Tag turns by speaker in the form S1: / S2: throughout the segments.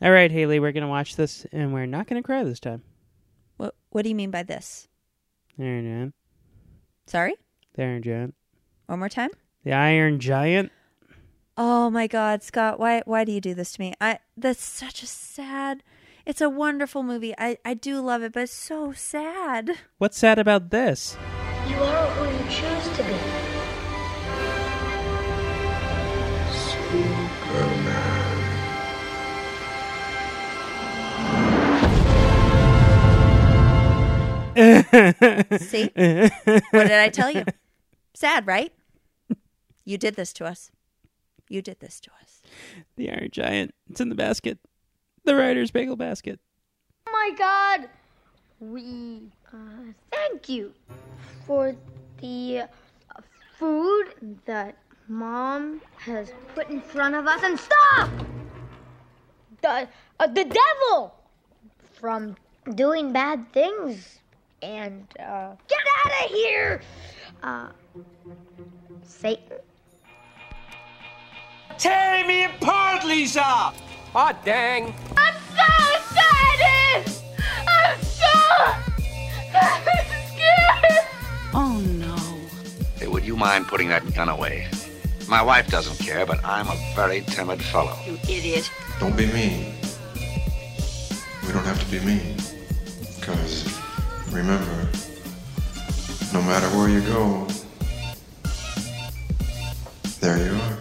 S1: All right, Haley, we're going to watch this and we're not going to cry this time.
S2: What What do you mean by this?
S1: Iron Giant.
S2: Sorry,
S1: The Iron Giant.
S2: one more time.
S1: The Iron Giant.
S2: Oh my God, Scott, why why do you do this to me? I that's such a sad. It's a wonderful movie. I I do love it, but it's so sad.
S1: What's sad about this?
S3: You are who you choose to be.
S2: See, what did I tell you? Sad, right? You did this to us. You did this to us.
S1: The Iron Giant. It's in the basket. The writer's bagel basket.
S3: Oh my god! We uh, thank you for the uh, food that mom has put in front of us. And stop! The, uh, the devil! From doing bad things. And uh, get out of here! Uh, Satan?
S4: Tear me apart, Lisa! Ah, dang.
S3: I'm so excited! I'm so scared!
S5: Hey, would you mind putting that gun away? My wife doesn't care, but I'm a very timid fellow.
S6: Don't be mean. We don't have to be mean. Because, remember, no matter where you go, there you are.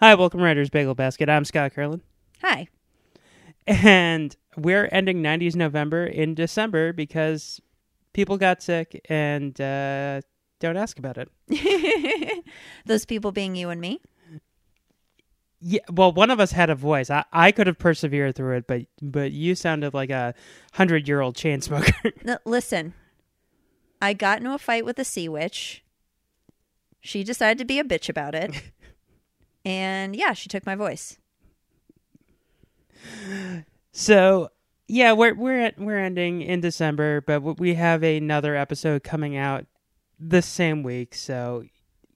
S1: Hi, welcome, Writer's Bagel Basket. I'm Scott Curlin.
S2: Hi.
S1: And we're ending 90s November in December because people got sick and uh, don't ask about it.
S2: Those people being you and me.
S1: Yeah, well, one of us had a voice. I, I could have persevered through it, but but you sounded like a hundred year old chain smoker.
S2: No, listen, I got into a fight with a sea witch. She decided to be a bitch about it. and yeah, she took my voice.
S1: so yeah, we're we're at, we're ending in December, but w- we have another episode coming out this same week. So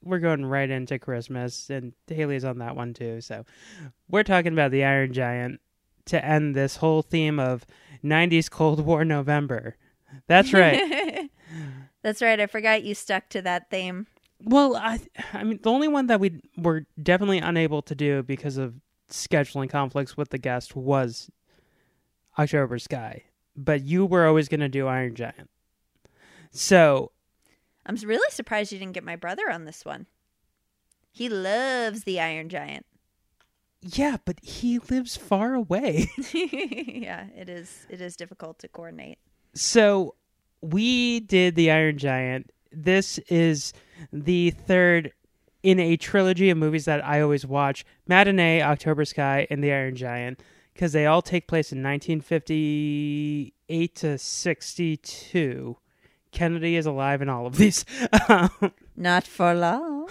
S1: we're going right into Christmas, and Haley's on that one too. So we're talking about the Iron Giant to end this whole theme of '90s Cold War November. That's right.
S2: That's right. I forgot you stuck to that theme.
S1: Well, I I mean the only one that we were definitely unable to do because of scheduling conflicts with the guest was October Sky, but you were always going to do Iron Giant. So,
S2: I'm s- really surprised you didn't get my brother on this one. He loves the Iron Giant.
S1: yeah, but he lives far away.
S2: yeah, it is. It is difficult to coordinate.
S1: so, we did the Iron Giant. This is the third in a trilogy of movies that I always watch Matinee, October Sky, and The Iron Giant, because they all take place in 1958 to 62. Kennedy is alive in all of these. Um,
S2: Not for long.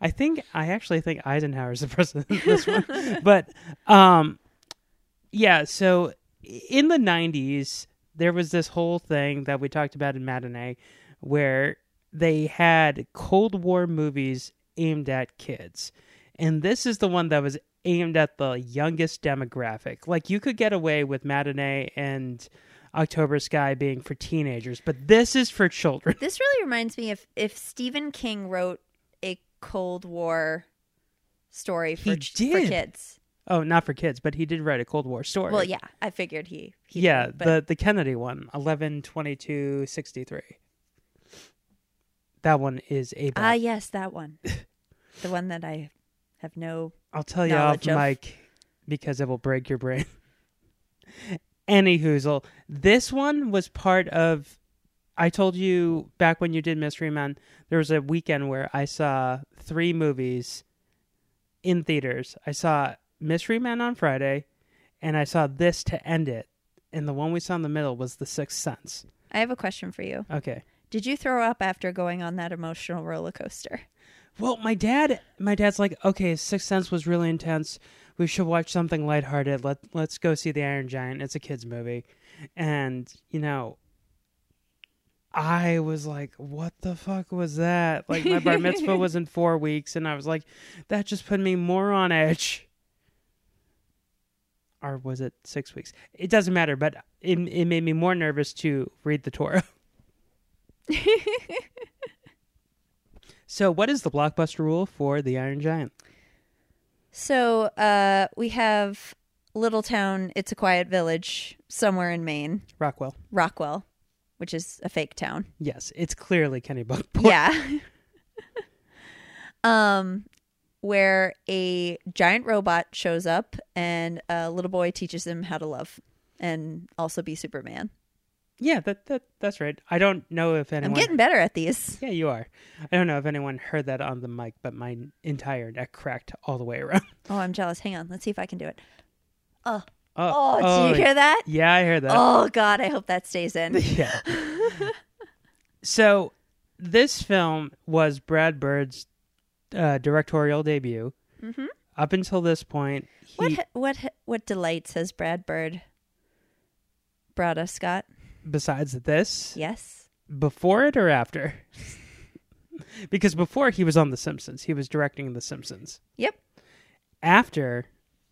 S1: I think, I actually think Eisenhower's the president of this one. but um, yeah, so in the 90s, there was this whole thing that we talked about in Matinee where they had Cold War movies aimed at kids. And this is the one that was aimed at the youngest demographic. Like you could get away with Matinee and October Sky being for teenagers, but this is for children.
S2: This really reminds me of if Stephen King wrote a Cold War story for,
S1: He
S2: ch- for
S1: did.
S2: kids.
S1: Oh, not for kids, but he did write a Cold War story.
S2: Well, yeah, I figured he. he
S1: yeah,
S2: did,
S1: the the Kennedy one, 11 22 63. That one is a
S2: ah
S1: bad
S2: yes, that one, the one that I have no.
S1: I'll tell you off
S2: knowledge of.
S1: mic because it will break your brain. Any hoozle. This one was part of. I told you back when you did Mystery Men, there was a weekend where I saw three movies in theaters. I saw Mystery Men on Friday, and I saw this to end it. And the one we saw in the middle was The Sixth Sense.
S2: I have a question for you.
S1: Okay.
S2: Did you throw up after going on that emotional roller coaster?
S1: Well, my dad, my dad's like, okay, Sixth Sense was really intense. We should watch something lighthearted. Let Let's go see the Iron Giant. It's a kids movie, and you know, I was like, what the fuck was that? Like my bar mitzvah was in four weeks, and I was like, that just put me more on edge. or was it six weeks? It doesn't matter, but it, it made me more nervous to read the Torah. so, what is the blockbuster rule for the Iron Giant?
S2: So uh, we have little town. It's a quiet village somewhere in Maine,
S1: Rockwell.
S2: Rockwell, which is a fake town.
S1: Yes, it's clearly Kenny Bunkport.
S2: Yeah. um, where a giant robot shows up and a little boy teaches him how to love and also be Superman.
S1: Yeah, that, that that's right. I don't know if
S2: I'm
S1: anyone.
S2: getting better at these.
S1: Yeah, you are. I don't know if anyone heard that on the mic, but my entire neck cracked all the way around.
S2: Oh, I'm jealous. Hang on. Let's see if I can do it.
S1: Oh,
S2: Oh, did you hear that?
S1: Yeah, I hear that.
S2: Oh, God. I hope that stays in.
S1: Yeah. so this film was Brad Bird's uh, directorial debut. Mm-hmm. Up until this point, he,
S2: What, what, what delights has Brad Bird brought us, Scott?
S1: besides this,
S2: Yes.
S1: before it or after? because before he was on The Simpsons, he was directing The Simpsons.
S2: Yep.
S1: After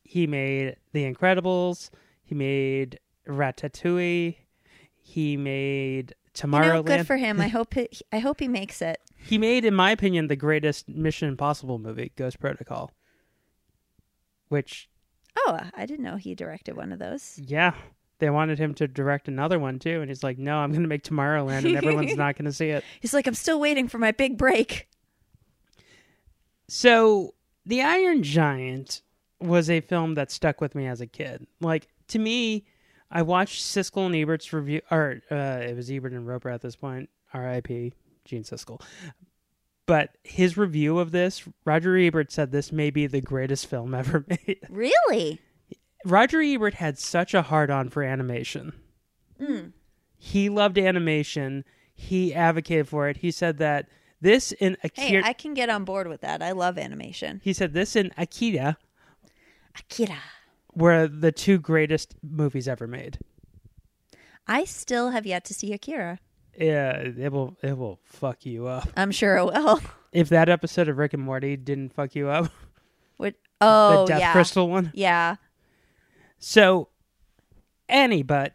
S1: he made The Incredibles, he made Ratatouille, he made
S2: You
S1: Tomorrowland.
S2: know, good for him. I hope he, I hope he makes it.
S1: He made, in my opinion, the greatest Mission Impossible movie, Ghost Protocol. Which,
S2: Oh, I didn't know he directed one of those.
S1: yeah, they wanted him to direct another one too, and he's like, "No, I'm going to make Tomorrowland, and everyone's not going to see it."
S2: He's like, I'm still waiting for my big break.
S1: So, The Iron Giant was a film that stuck with me as a kid. Like to me, I watched Siskel and Ebert's review, or uh, it was Ebert and Roper at this point. R.I.P. Gene Siskel. But his review of this, Roger Ebert said this may be the greatest film ever made.
S2: Really?
S1: Roger Ebert had such a hard on for animation.
S2: Hmm.
S1: He loved animation. He advocated for it. He said that this in
S2: Hey,
S1: Akira.
S2: I can get on board with that. I love animation.
S1: He said this in Akira
S2: Akira.
S1: were the two greatest movies ever made.
S2: I still have yet to see Akira.
S1: Yeah, it will it will fuck you up.
S2: I'm sure it will.
S1: If that episode of Rick and Morty didn't fuck you up,
S2: What? Oh,
S1: the Death
S2: yeah.
S1: Crystal one.
S2: Yeah.
S1: So, any but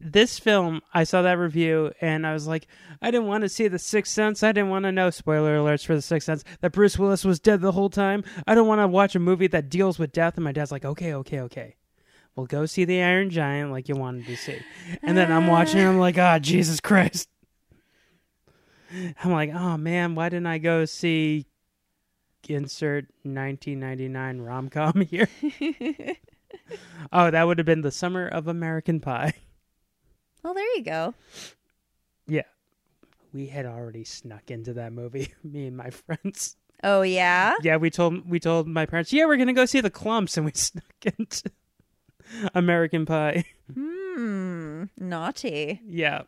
S1: this film, I saw that review and I was like, I didn't want to see The Sixth Sense. I didn't want to know spoiler alerts for The Sixth Sense that Bruce Willis was dead the whole time. I don't want to watch a movie that deals with death. And my dad's like, okay, okay, okay. Well, go see The Iron Giant like you wanted to see. And then I'm watching and I'm like, ah, Jesus Christ. I'm like, oh man, why didn't I go see insert 1999 rom com here? Oh, that would have been the summer of American Pie.
S2: Well, there you go.
S1: Yeah. We had already snuck into that movie, me and my friends.
S2: Oh, yeah.
S1: Yeah, we told we told my parents, yeah, we're gonna go see the clumps and we snuck into American Pie.
S2: Hmm. Naughty.
S1: Yeah.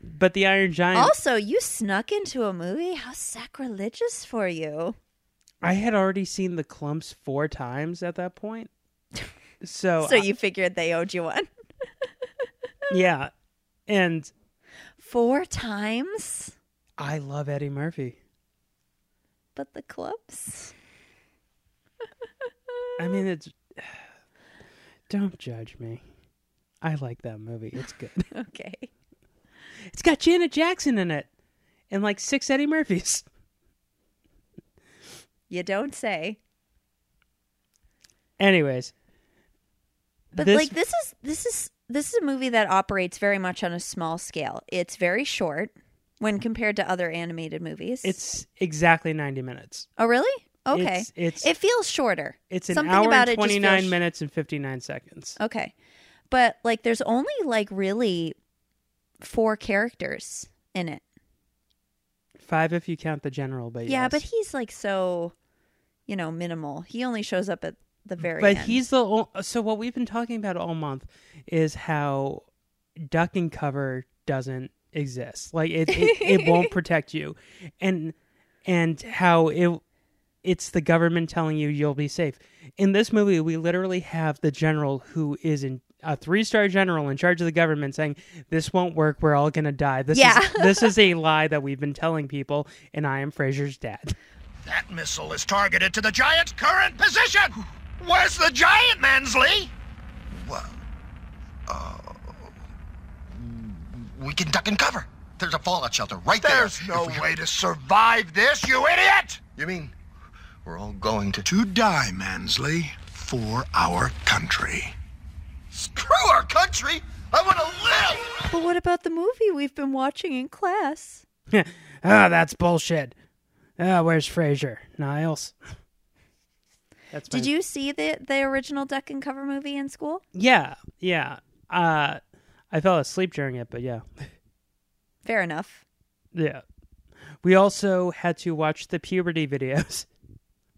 S1: But the Iron Giant
S2: Also, you snuck into a movie. How sacrilegious for you.
S1: I had already seen the clumps four times at that point. So,
S2: So you figured they owed you one
S1: yeah. And
S2: four times,
S1: I love Eddie Murphy.
S2: but the clubs.
S1: I mean, it's. Don't judge me. I like that movie. It's good.
S2: Okay.
S1: it's got Janet Jackson in it and like six Eddie Murphys.
S2: You don't say.
S1: Anyways.
S2: But
S1: this-
S2: like this is this is this is a movie that operates very much on a small scale. It's very short when compared to other animated movies.
S1: It's exactly 90 minutes.
S2: oh really okay.
S1: It's- it's-
S2: it feels shorter.
S1: It's an
S2: Something
S1: hour
S2: about
S1: and
S2: it just
S1: 29
S2: feels- Oh.
S1: minutes and 59 seconds.
S2: Okay, but like there's only like really four characters in it.
S1: Five if you count the general, but
S2: Yeah,
S1: yes.
S2: but he's like so, you know, minimal. He only shows up at the very
S1: But
S2: end.
S1: he's the ol- so what we've been talking about all month is how duck and cover doesn't exist. Like it, it, it won't protect you, and and how it it's the government telling you you'll be safe. In this movie, we literally have the general who is in a three star general in charge of the government saying this won't work. We're all gonna die. This
S2: Yeah.
S1: is this is a lie that we've been telling people, and I am Fraser's dad.
S7: That missile is targeted to the giant's current position! Where's the giant, Mansley? Well, uh, we can duck and cover. There's a fallout shelter right
S8: There's
S7: there.
S8: no
S7: If we-
S8: way to survive this, you idiot!
S7: You mean we're all going to.
S8: To die, Mansley, for our country.
S7: Screw our country! I want to live!
S2: But what about the movie we've been watching in class?
S1: Ah, that's bullshit. Ah, where's Fraser? Niles. That's my-
S2: Did you see the the original Duck and Cover movie in school?
S1: Yeah, yeah. Uh, I fell asleep during it, but yeah,
S2: Fair enough.
S1: yeah. We also had to watch the puberty videos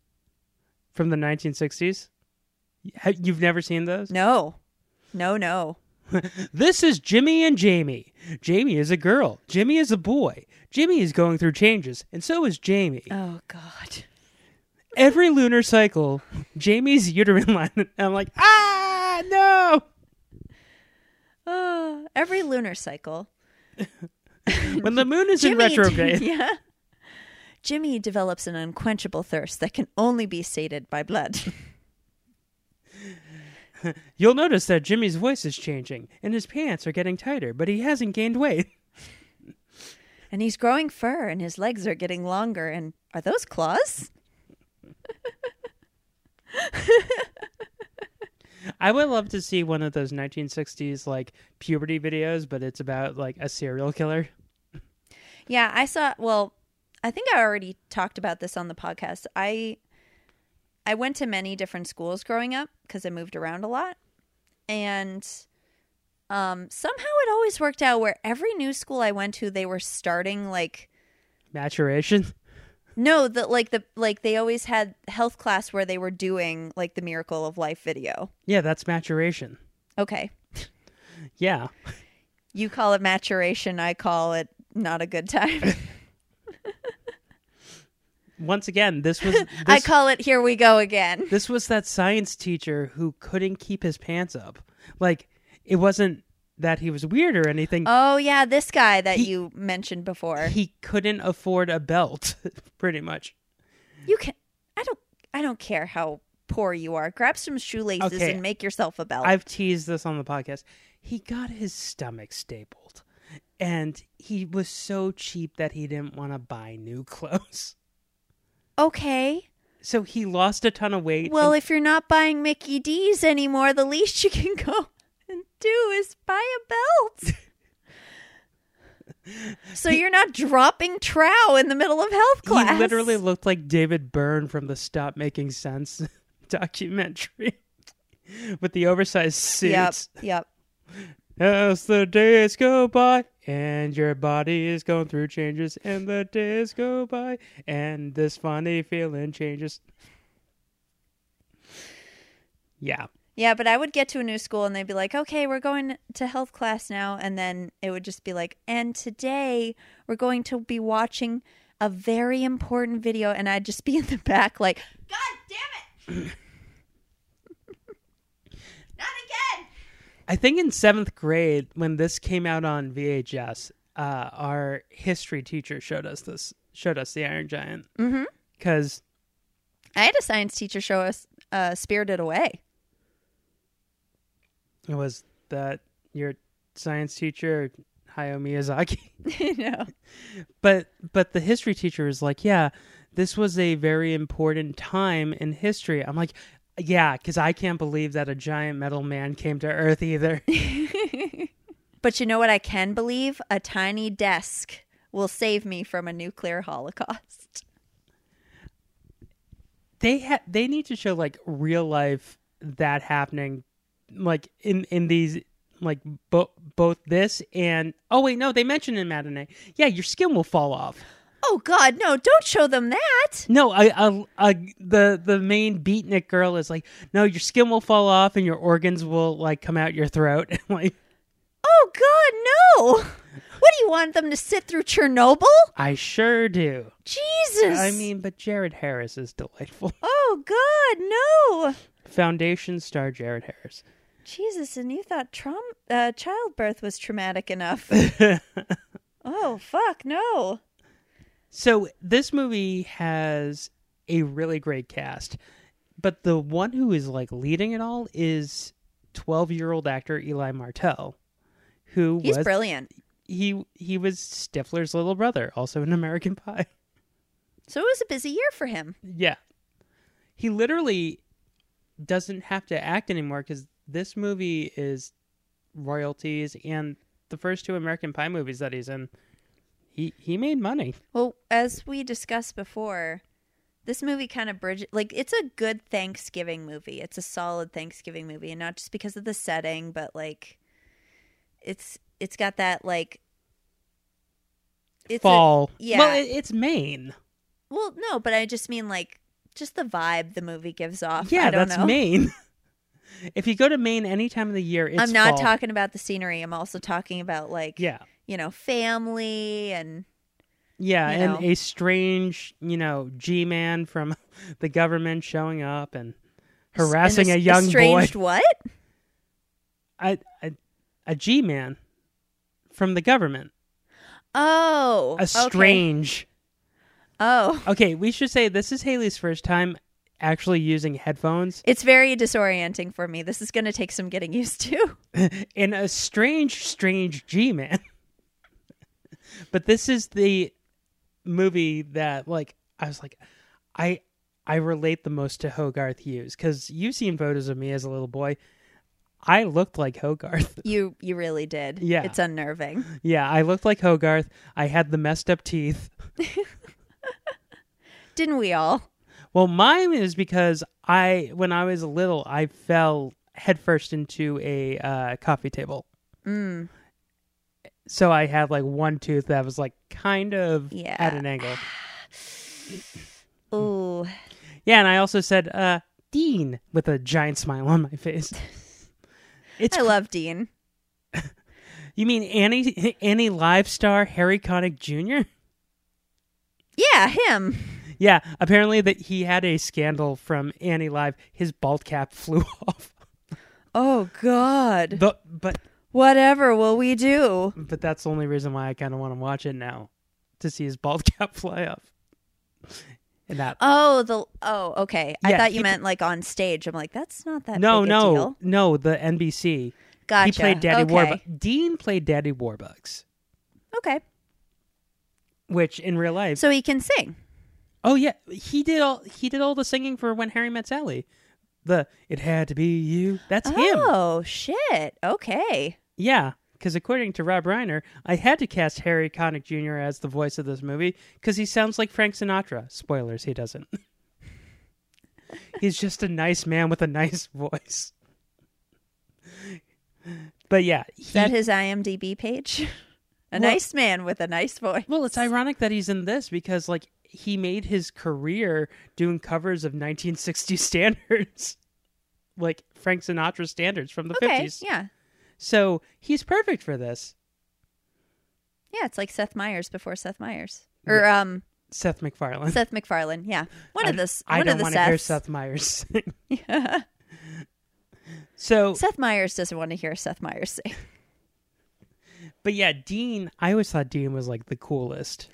S1: from the 1960s. Ha- You've never seen those?
S2: No. No, no.
S1: This is Jimmy and Jamie. Jamie is a girl. Jimmy is a boy. Jimmy is going through changes, and so is Jamie.
S2: Oh god.
S1: Every lunar cycle, Jamie's uterine line. And I'm like, ah, no.
S2: Oh, every lunar cycle.
S1: When the moon is in retrograde,
S2: yeah. Jimmy develops an unquenchable thirst that can only be sated by blood.
S1: you'll notice that Jimmy's voice is changing and his pants are getting tighter, but he hasn't gained weight.
S2: and he's growing fur and his legs are getting longer and are those claws?
S1: I would love to see one of those 1960s like puberty videos, but it's about like a serial killer.
S2: Yeah, I saw well, I think I already talked about this on the podcast. I I went to many different schools growing up because I moved around a lot. And um somehow it always worked out where every new school I went to they were starting like
S1: Maturation.
S2: No, the like the like they always had health class where they were doing like the miracle of life video.
S1: Yeah, that's maturation.
S2: Okay.
S1: Yeah.
S2: You call it maturation, I call it not a good time.
S1: Once again, this was this,
S2: I call it here we go again.
S1: this was that science teacher who couldn't keep his pants up. Like it wasn't that he was weird or anything.
S2: Oh yeah, this guy that
S1: He-
S2: you mentioned before.
S1: he couldn't afford a belt, pretty much.
S2: you can I don't I don't care how poor you are. Grab some shoelaces
S1: Okay.
S2: and make yourself a belt.
S1: I've teased this on the podcast. He got his stomach stapled, and he was so cheap that he didn't want to buy new clothes.
S2: okay.
S1: So he lost a ton of weight.
S2: Well,
S1: and-
S2: if you're not buying Mickey D's anymore, the least you can go and do is buy a belt. so you're not dropping trow in the middle of health class.
S1: he literally looked like David Byrne from the Stop Making Sense documentary with the oversized
S2: Yep.
S1: suits.
S2: Yep.
S1: As the days go by, and your body is going through changes, and the days go by, and this funny feeling changes. Yeah.
S2: Yeah, but I would get to a new school and they'd be like, "Okay, we're going to health class now." And then it would just be like, "And today we're going to be watching a very important video." And I'd just be in the back like, "God damn it. Not again."
S1: I think in seventh grade, when this came out on VHS, uh, our history teacher showed us this, showed us the Iron Giant. Mm-hmm. Because
S2: I had a science teacher show us uh, Spirited Away.
S1: it was that your science teacher, Hayao Miyazaki.
S2: you know.
S1: but but the history teacher is like, yeah, this was a very important time in history. I'm like, yeah, because I can't believe that a giant metal man came to Earth either.
S2: But you know what I can believe? A tiny desk will save me from a nuclear holocaust.
S1: they ha- they need to show like real life that happening, like in in these like bo- both this and oh wait no they mentioned in matinee yeah your skin will fall off
S2: Oh god, no, don't show them that.
S1: no I, I, I the the main beatnik girl is like no your skin will fall off and your organs will like come out your throat like
S2: Oh god, no. What do you want them to sit through Chernobyl?
S1: I sure do.
S2: Jesus.
S1: I mean, but Jared Harris is delightful.
S2: Oh god, no.
S1: Foundation star Jared Harris.
S2: Jesus, and you thought traum- uh, childbirth was traumatic enough. oh fuck, no.
S1: So this movie has a really great cast. But the one who is like leading it all is 12 year old actor Eli Martell, who
S2: He's
S1: was
S2: brilliant.
S1: he he was Stifler's little brother, also in American Pie.
S2: So it was a busy year for him.
S1: Yeah. He literally doesn't have to act anymore because this movie is royalties and the first two American Pie movies that he's in, he, he made money.
S2: Well, as we discussed before, this movie kind of bridge like it's a good Thanksgiving movie. It's a solid Thanksgiving movie, and not just because of the setting, but like it's it's got that like it's a-
S1: Fall.
S2: yeah.
S1: Well, it, it's Maine.
S2: well, no, but I just mean like just the vibe the movie gives off.
S1: Yeah,
S2: I don't
S1: that's
S2: know.
S1: Maine. if you go to Maine any time of the year, it's
S2: I'm not
S1: fall.
S2: talking about the scenery. I'm also talking about like
S1: Yeah.
S2: you know family and
S1: Yeah,
S2: you
S1: and
S2: know.
S1: a strange, you know, G man from the government showing up and harassing
S2: and
S1: a young boy.
S2: estranged What?
S1: I, I, a G man from the government.
S2: Oh,
S1: A strange.
S2: Okay. Oh.
S1: Okay, we should say this is Haley's first time actually using headphones.
S2: It's very disorienting for me. This is going to take some getting used to.
S1: in a strange, strange G man. but this is the movie that, like, I was like, I I relate the most to Hogarth Hughes because you've seen photos of me as a little boy. I looked like Hogarth.
S2: You you really did.
S1: Yeah.
S2: It's unnerving.
S1: Yeah, I looked like Hogarth. I had the messed up teeth.
S2: Didn't we all?
S1: Well, mine is because I, when I was little, I fell headfirst into a uh, coffee table.
S2: Mm.
S1: So I had like one tooth that was like kind of
S2: Yeah.
S1: at an angle. Mm.
S2: Ooh.
S1: Yeah, and I also said uh, Dean with a giant smile on my face. It's
S2: I love Dean.
S1: you mean Annie Annie Live star Harry Connick Jr.
S2: Yeah, him.
S1: Yeah, apparently that he had a scandal from Annie Live. His bald cap flew off.
S2: Oh god.
S1: The, but
S2: Whatever will we do?
S1: but that's the only reason why I kind of want to watch it now to see his bald cap fly off. And that
S2: Oh, the Oh, okay. I
S1: Yeah,
S2: thought you
S1: he-
S2: meant like on stage. I'm like that's not that
S1: no,
S2: big a
S1: no,
S2: deal.
S1: no, the NBC.
S2: Gotcha.
S1: He played Daddy
S2: okay.
S1: Warbucks. Dean played Daddy Warbucks,
S2: Okay.
S1: which in real life.
S2: So he can sing.
S1: oh yeah, he did all he did all the singing for When Harry Met Sally. The it had to be you. That's him.
S2: Oh, shit. Okay.
S1: Yeah, because according to Rob Reiner, I had to cast Harry Connick Jr. as the voice of this movie because he sounds like Frank Sinatra. Spoilers, he doesn't. He's just a nice man with a nice voice. But yeah,
S2: Is
S1: he-
S2: that his IMDb page? A
S1: Well-
S2: nice man with a nice voice.
S1: well, it's ironic that he's in this because like he made his career doing covers of 1960 standards, like Frank Sinatra standards from the
S2: Okay.
S1: 50s.
S2: Yeah.
S1: So he's perfect for this.
S2: Yeah, it's like Seth Meyers before Seth Meyers. Or um
S1: Seth MacFarlane.
S2: Seth MacFarlane. Yeah. One of the s-
S1: I
S2: one
S1: don't
S2: of the
S1: want to hear
S2: Seths.
S1: Seth Meyers sing. So,
S2: Seth Meyers doesn't want to hear Seth Meyers sing.
S1: but yeah, Dean. I always thought Dean was like the coolest.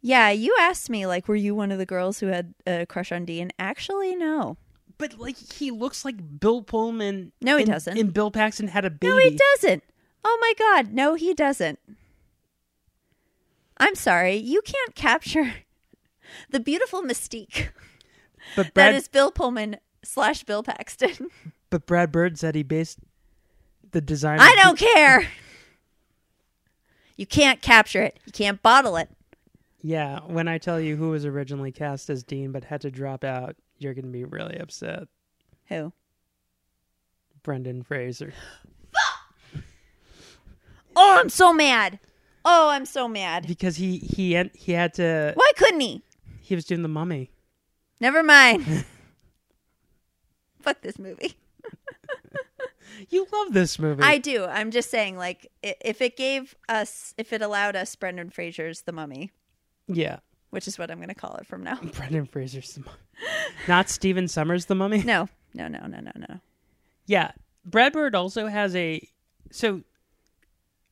S2: Yeah, you asked me like were you one of the girls who had a crush on Dean? Actually no.
S1: But like, he looks like Bill Pullman.
S2: No, he
S1: and-
S2: doesn't.
S1: And Bill Paxton had a baby.
S2: No, he doesn't. Oh my god, no he doesn't. I'm sorry. You can't capture the beautiful mystique
S1: But Brad,
S2: that is Bill Pullman slash Bill Paxton.
S1: but Brad Bird said he based the design.
S2: I
S1: of-
S2: don't care. You can't capture it. You can't bottle it.
S1: Yeah, when I tell you who was originally cast as Dean but had to drop out, you're gonna be really upset.
S2: Who?
S1: Brendan Fraser.
S2: Oh, I'm so mad. Oh, I'm so mad.
S1: Because he he en- he had to.
S2: Why couldn't he?
S1: He was doing the mummy.
S2: Never mind. Fuck this movie.
S1: You love this movie.
S2: I do. I'm just saying, like, i- if it gave us, if it allowed us Brendan Fraser's The Mummy,
S1: yeah.
S2: which is what I'm going to call it from now.
S1: Brendan Fraser's the mummy. Not Steven Summers the mummy.
S2: No, no, no, no, no, no.
S1: Yeah. Brad Bird also has a so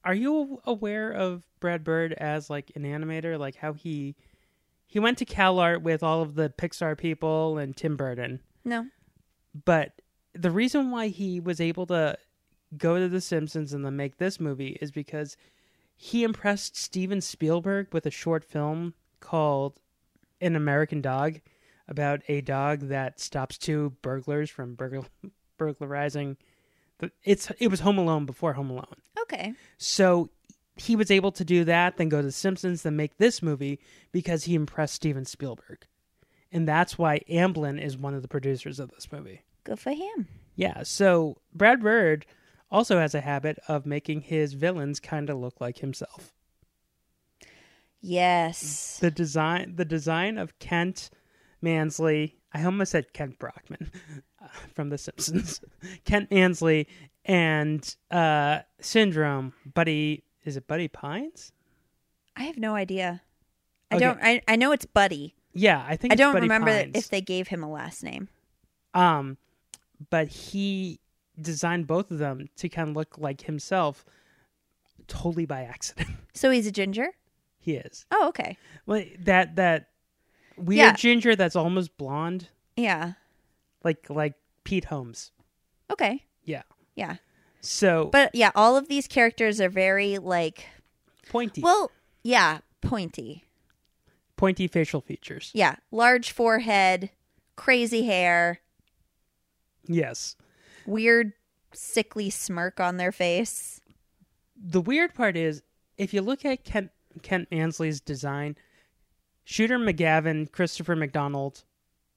S1: are you aware of Brad Bird as like an animator like how he He went to CalArt with all of the Pixar people and Tim Burton.
S2: No.
S1: But the reason why he was able to go to The Simpsons and then make this movie is because he impressed Steven Spielberg with a short film called An American Dog about a dog that stops two burglars from burgl- burglarizing. the- It's it was Home Alone before Home Alone.
S2: Okay.
S1: So he was able to do that, then go to The Simpsons, then make this movie because he impressed Steven Spielberg. And that's why Amblin is one of the producers of this movie.
S2: Good for him.
S1: Yeah, so Brad Bird also has a habit of making his villains kind of look like himself.
S2: Yes.
S1: The design the design of Kent Mansley, I almost said Kent Brockman uh, from The Simpsons. Kent Mansley and uh Syndrome, Buddy is it Buddy Pines?
S2: I have no idea. I
S1: Okay.
S2: don't. I, I know it's Buddy.
S1: Yeah, I think
S2: I
S1: it's
S2: don't
S1: Buddy
S2: remember
S1: Pines.
S2: if they gave him a last name.
S1: Um, but he designed both of them to kind of look like himself, totally by accident.
S2: So he's a ginger.
S1: he is.
S2: Oh, okay.
S1: Well, that that weird
S2: Yeah.
S1: ginger that's almost blonde,
S2: Yeah.
S1: like like Pete Holmes.
S2: Okay.
S1: Yeah.
S2: Yeah.
S1: So
S2: But yeah, all of these characters are very like.
S1: pointy,
S2: Well, yeah, pointy.
S1: pointy facial features.
S2: Yeah, large forehead, crazy hair,
S1: Yes.
S2: weird sickly smirk on their face.
S1: The weird part is if you look at Kent Kent Mansley's design, Shooter McGavin, Christopher McDonald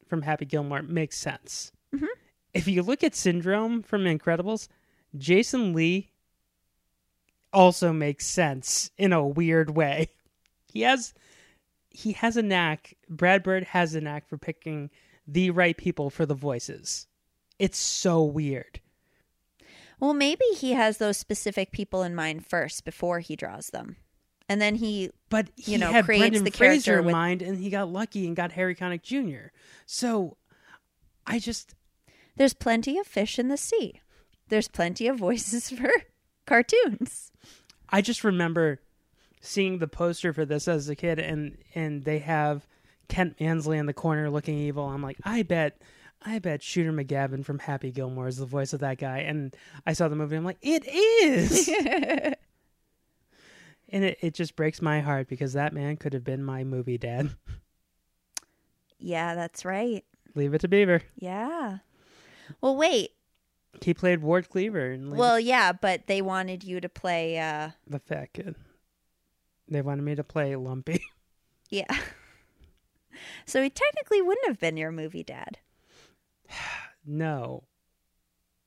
S1: from Happy Gilmore makes sense. If you look at Syndrome from Incredibles, Jason Lee also makes sense in a weird way. He has he has a knack. Brad Bird has a knack for picking the right people for the voices. It's so weird.
S2: Well, maybe he has those specific people in mind first before he draws them. And then he
S1: but he
S2: know,
S1: had
S2: creates
S1: Brendan
S2: the character
S1: Fraser in
S2: with-
S1: mind, and he got lucky and got Harry Connick Jr. So I just
S2: there's plenty of fish in the sea. There's plenty of voices for cartoons.
S1: I just remember seeing the poster for this as a kid, and and they have Kent Mansley in the corner looking evil. I'm like, I bet. I bet Shooter McGavin from Happy Gilmore is the voice of that guy. And I saw the movie. I'm like, it is. and it, it just breaks my heart because that man could have been my movie dad.
S2: Yeah, that's right.
S1: Leave it to Beaver.
S2: Yeah. Well, wait.
S1: He played Ward Cleaver. And
S2: Well, yeah, but they wanted you to play uh
S1: the fat kid. They wanted me to play Lumpy.
S2: yeah. So he technically wouldn't have been your movie dad.
S1: No,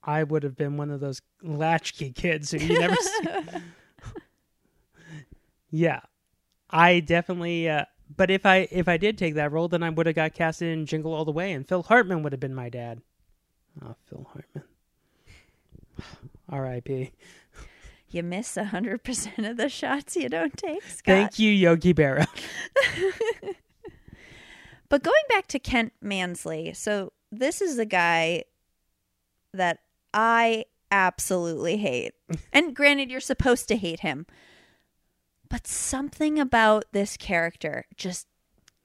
S1: I would have been one of those latchkey kids who you never see. yeah, I definitely. Uh, but if I if I did take that role, then I would have got casted in Jingle All the Way, and Phil Hartman would have been my dad. Oh, Phil Hartman. R.I.P.
S2: You miss 100% of the shots you don't take, Scott.
S1: Thank you, Yogi Berra.
S2: But going back to Kent Mansley, so this is a guy that I absolutely hate. and granted, you're supposed to hate him. But something about this character just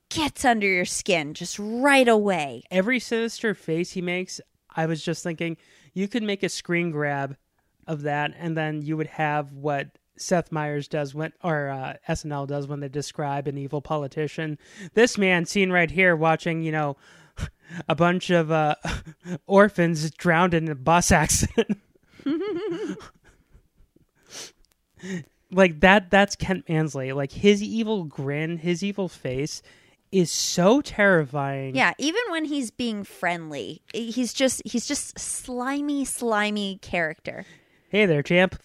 S2: gets under your skin just right away.
S1: every sinister face he makes, I was just thinking you could make a screen grab of that, and then you would have what Seth Meyers does when, or uh, SNL does when they describe an evil politician. This man seen right here watching, you know, a bunch of uh, orphans drowned in a bus accident. like that that's Kent Mansley. Like his evil grin, his evil face is so terrifying.
S2: Yeah, even when he's being friendly, he's just he's just slimy slimy character.
S1: Hey there, champ.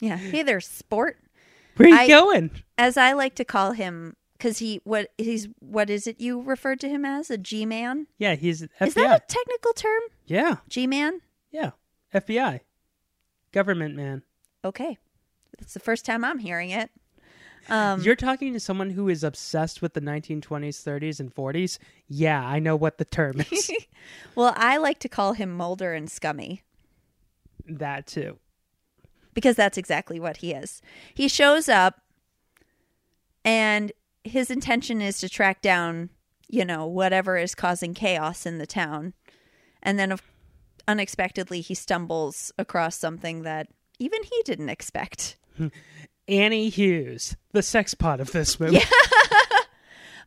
S2: Yeah. Hey there, sport.
S1: Where you
S2: I-
S1: going?
S2: as I like to call him, because he what he's what is it you referred to him as a G man?
S1: Yeah, he's
S2: Is
S1: FBI.
S2: that a technical term?
S1: yeah,
S2: G man.
S1: yeah. FBI. Government man.
S2: Okay, it's the first time I'm hearing it. Um,
S1: You're talking to someone who is obsessed with the 1920s, 30s, and 40s. Yeah, I know what the term is.
S2: Well, I like to call him Mulder and Scummy
S1: that too.
S2: because that's exactly what he is. He shows up, and his intention is to track down, you know, whatever is causing chaos in the town. And then of, unexpectedly he stumbles across something that even he didn't expect.
S1: Annie Hughes, the sex pot of this movie.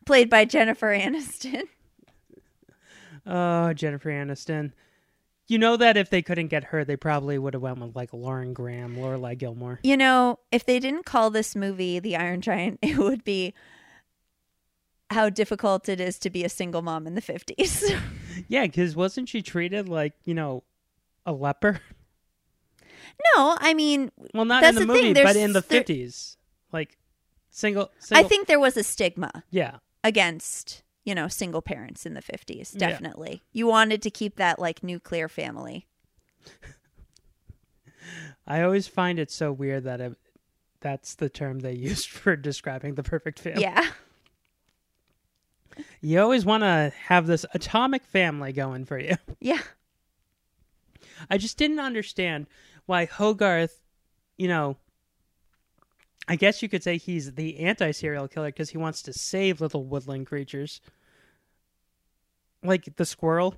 S2: Played by Jennifer Aniston.
S1: Oh, Jennifer Aniston. You know that if they couldn't get her, they probably would have went with like Lauren Graham, Lorelai Gilmore.
S2: You know, if they didn't call this movie The Iron Giant, it would be how difficult it is to be a single mom in the 50s.
S1: Yeah, because wasn't she treated like you know a leper?
S2: no, I mean,
S1: Well, not
S2: That's
S1: in
S2: the
S1: the,
S2: thing,
S1: movie,
S2: there's-
S1: but in the
S2: there-
S1: fifties, like single,
S2: I
S1: single.
S2: think there was a stigma
S1: yeah,
S2: against, you know, single parents in the 50s,
S1: Yeah.
S2: definitely. You wanted to keep that like nuclear family.
S1: I always find it so weird that it, that's the term they used for describing the perfect family.
S2: Yeah.
S1: You always want to have this atomic family going for you.
S2: Yeah.
S1: I just didn't understand why Hogarth, you know, I guess you could say he's the anti serial killer because he wants to save little woodland creatures. Like the squirrel,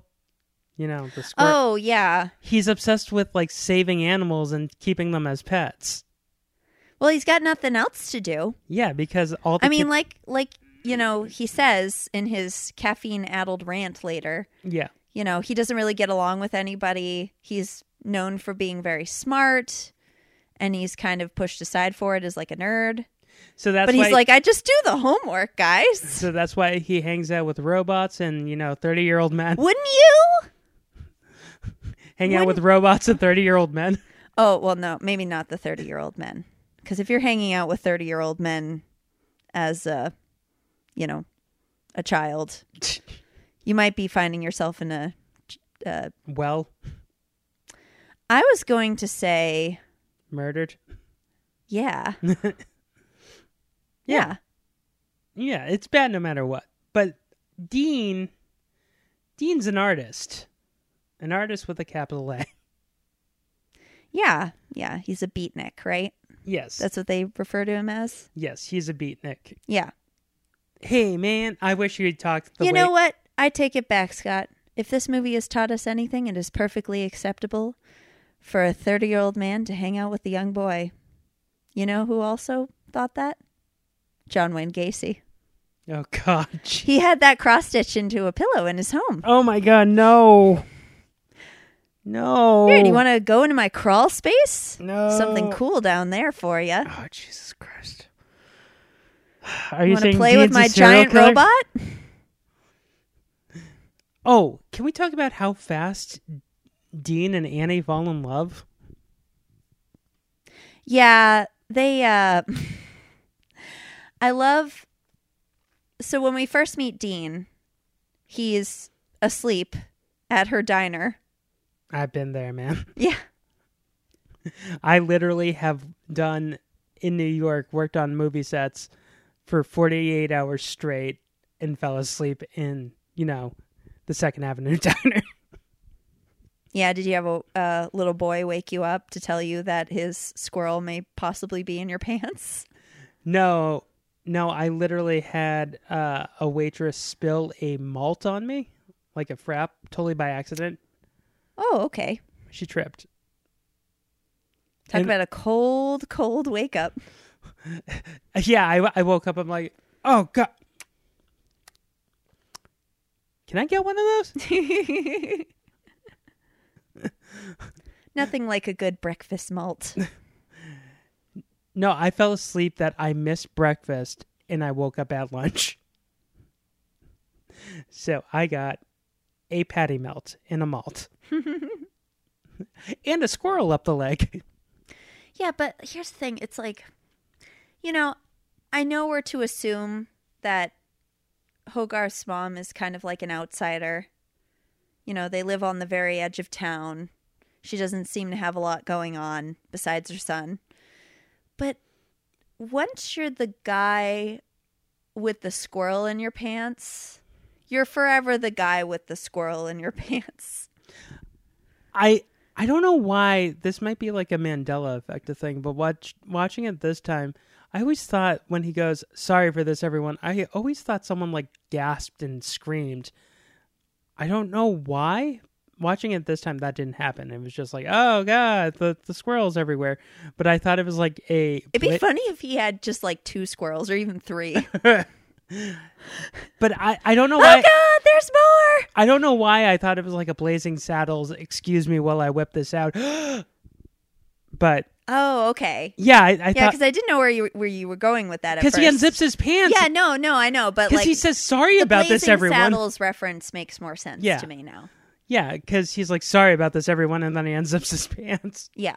S1: you know, the squirrel.
S2: Oh, yeah.
S1: He's obsessed with like saving animals and keeping them as pets.
S2: Well, he's got nothing else to do.
S1: Yeah, because all the
S2: I mean,
S1: kid-
S2: like like, you know, he says in his caffeine-addled rant later,
S1: yeah,
S2: you know, he doesn't really get along with anybody. He's known for being very smart and he's kind of pushed aside for it as like a nerd.
S1: so that's
S2: but
S1: why,
S2: he's like, I just do the homework, guys.
S1: so that's why he hangs out with robots and you know thirty year old men
S2: Wouldn't you?
S1: hang out with robots and thirty year old men.
S2: Oh, well, no, maybe not the 30 year old men. Because if you're hanging out with 30 year old men as a, you know, a child, you might be finding yourself in a. Uh,
S1: Well,
S2: I was going to say,
S1: murdered.
S2: yeah.
S1: Yeah. Yeah, it's bad no matter what. But Dean, Dean's an artist, an artist with a capital A.
S2: Yeah. Yeah. He's a beatnik, right?
S1: Yes,
S2: That's what they refer to him as.
S1: yes, he's a beatnik.
S2: Yeah.
S1: Hey man, I wish you'd talk. The
S2: you
S1: way-
S2: know what? I take it back, Scott. If this movie has taught us anything, it is perfectly acceptable for a 30 year old man to hang out with a young boy. You know who also thought that? John Wayne Gacy.
S1: Oh God. gee.
S2: He had that cross stitch into a pillow in his home.
S1: Oh my God. No. No.
S2: Here, do you want to go into my crawl space?
S1: Oh. No.
S2: Something cool down there for you.
S1: Oh Jesus Christ. Are you,
S2: You want
S1: saying
S2: to play with
S1: Dean's a
S2: my
S1: serial
S2: giant
S1: killer?
S2: robot?
S1: Oh, can we talk about how fast Dean and Annie fall in love?
S2: Yeah, they uh I love so when we first meet Dean, he's asleep at her diner.
S1: I've been there, man.
S2: Yeah.
S1: I literally have done in New York, worked on movie sets for 48 hours straight and fell asleep in, you know, the Second Avenue diner.
S2: Yeah, did you have a uh, little boy wake you up to tell you that his squirrel may possibly be in your pants?
S1: no, no, I literally had uh, a waitress spill a malt on me, like a frap, totally by accident.
S2: Oh, okay.
S1: She tripped.
S2: Talk
S1: And-
S2: about a cold, cold wake up.
S1: Yeah, I, I woke up. I'm like, oh, God. Can I get one of those?
S2: Nothing like a good breakfast malt.
S1: No, I fell asleep that I missed breakfast and I woke up at lunch. So I got a patty melt and a malt. and a squirrel up the leg.
S2: Yeah, but here's the thing. It's like, you know, I know we're to assume that Hogarth's mom is kind of like an outsider. You know, they live on the very edge of town. She doesn't seem to have a lot going on besides her son. But once you're the guy with the squirrel in your pants, you're forever the guy with the squirrel in your pants.
S1: I I don't know why this might be like a Mandela effect thing, but watch, watching it this time, I always thought when he goes, "Sorry for this, everyone," I always thought someone like gasped and screamed. I don't know why. Watching it this time, that didn't happen. It was just like, "Oh god, the the squirrels everywhere." But I thought it was like a.
S2: It'd be
S1: bla-
S2: funny if he had just like two squirrels or even three. oh
S1: But I I don't know why.
S2: God, there's more.
S1: I don't know why I thought it was like a Blazing Saddles. Excuse me while I whip this out. but
S2: Oh, okay.
S1: yeah, I, I
S2: Yeah,
S1: thought
S2: because I didn't know where you where you were going with that. at
S1: because he
S2: first.
S1: unzips his pants.
S2: Yeah, no, no, I know, but
S1: because
S2: like
S1: he says sorry
S2: the
S1: about this,
S2: Blazing
S1: everyone.
S2: Saddles reference makes more sense
S1: Yeah.
S2: to me now.
S1: Yeah, because he's like sorry about this, everyone, and then he unzips his pants.
S2: Yeah,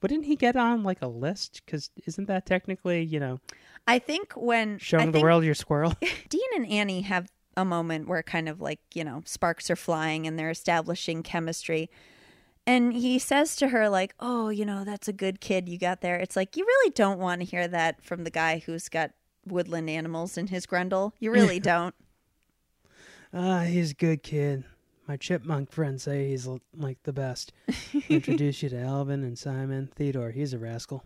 S1: But didn't he get on like a list? Because isn't that technically you know
S2: I think when I
S1: showing the
S2: think
S1: world your squirrel?
S2: Dean and Annie have a moment where kind of like, you know, sparks are flying and they're establishing chemistry. And he says to her, like, oh, you know, that's a good kid you got there. It's like, you really don't want to hear that from the guy who's got woodland animals in his grundle. You really don't.
S1: Ah, he's a good kid. My chipmunk friends say he's l- like the best. Introduce you to Alvin and Simon. Theodore, he's a rascal.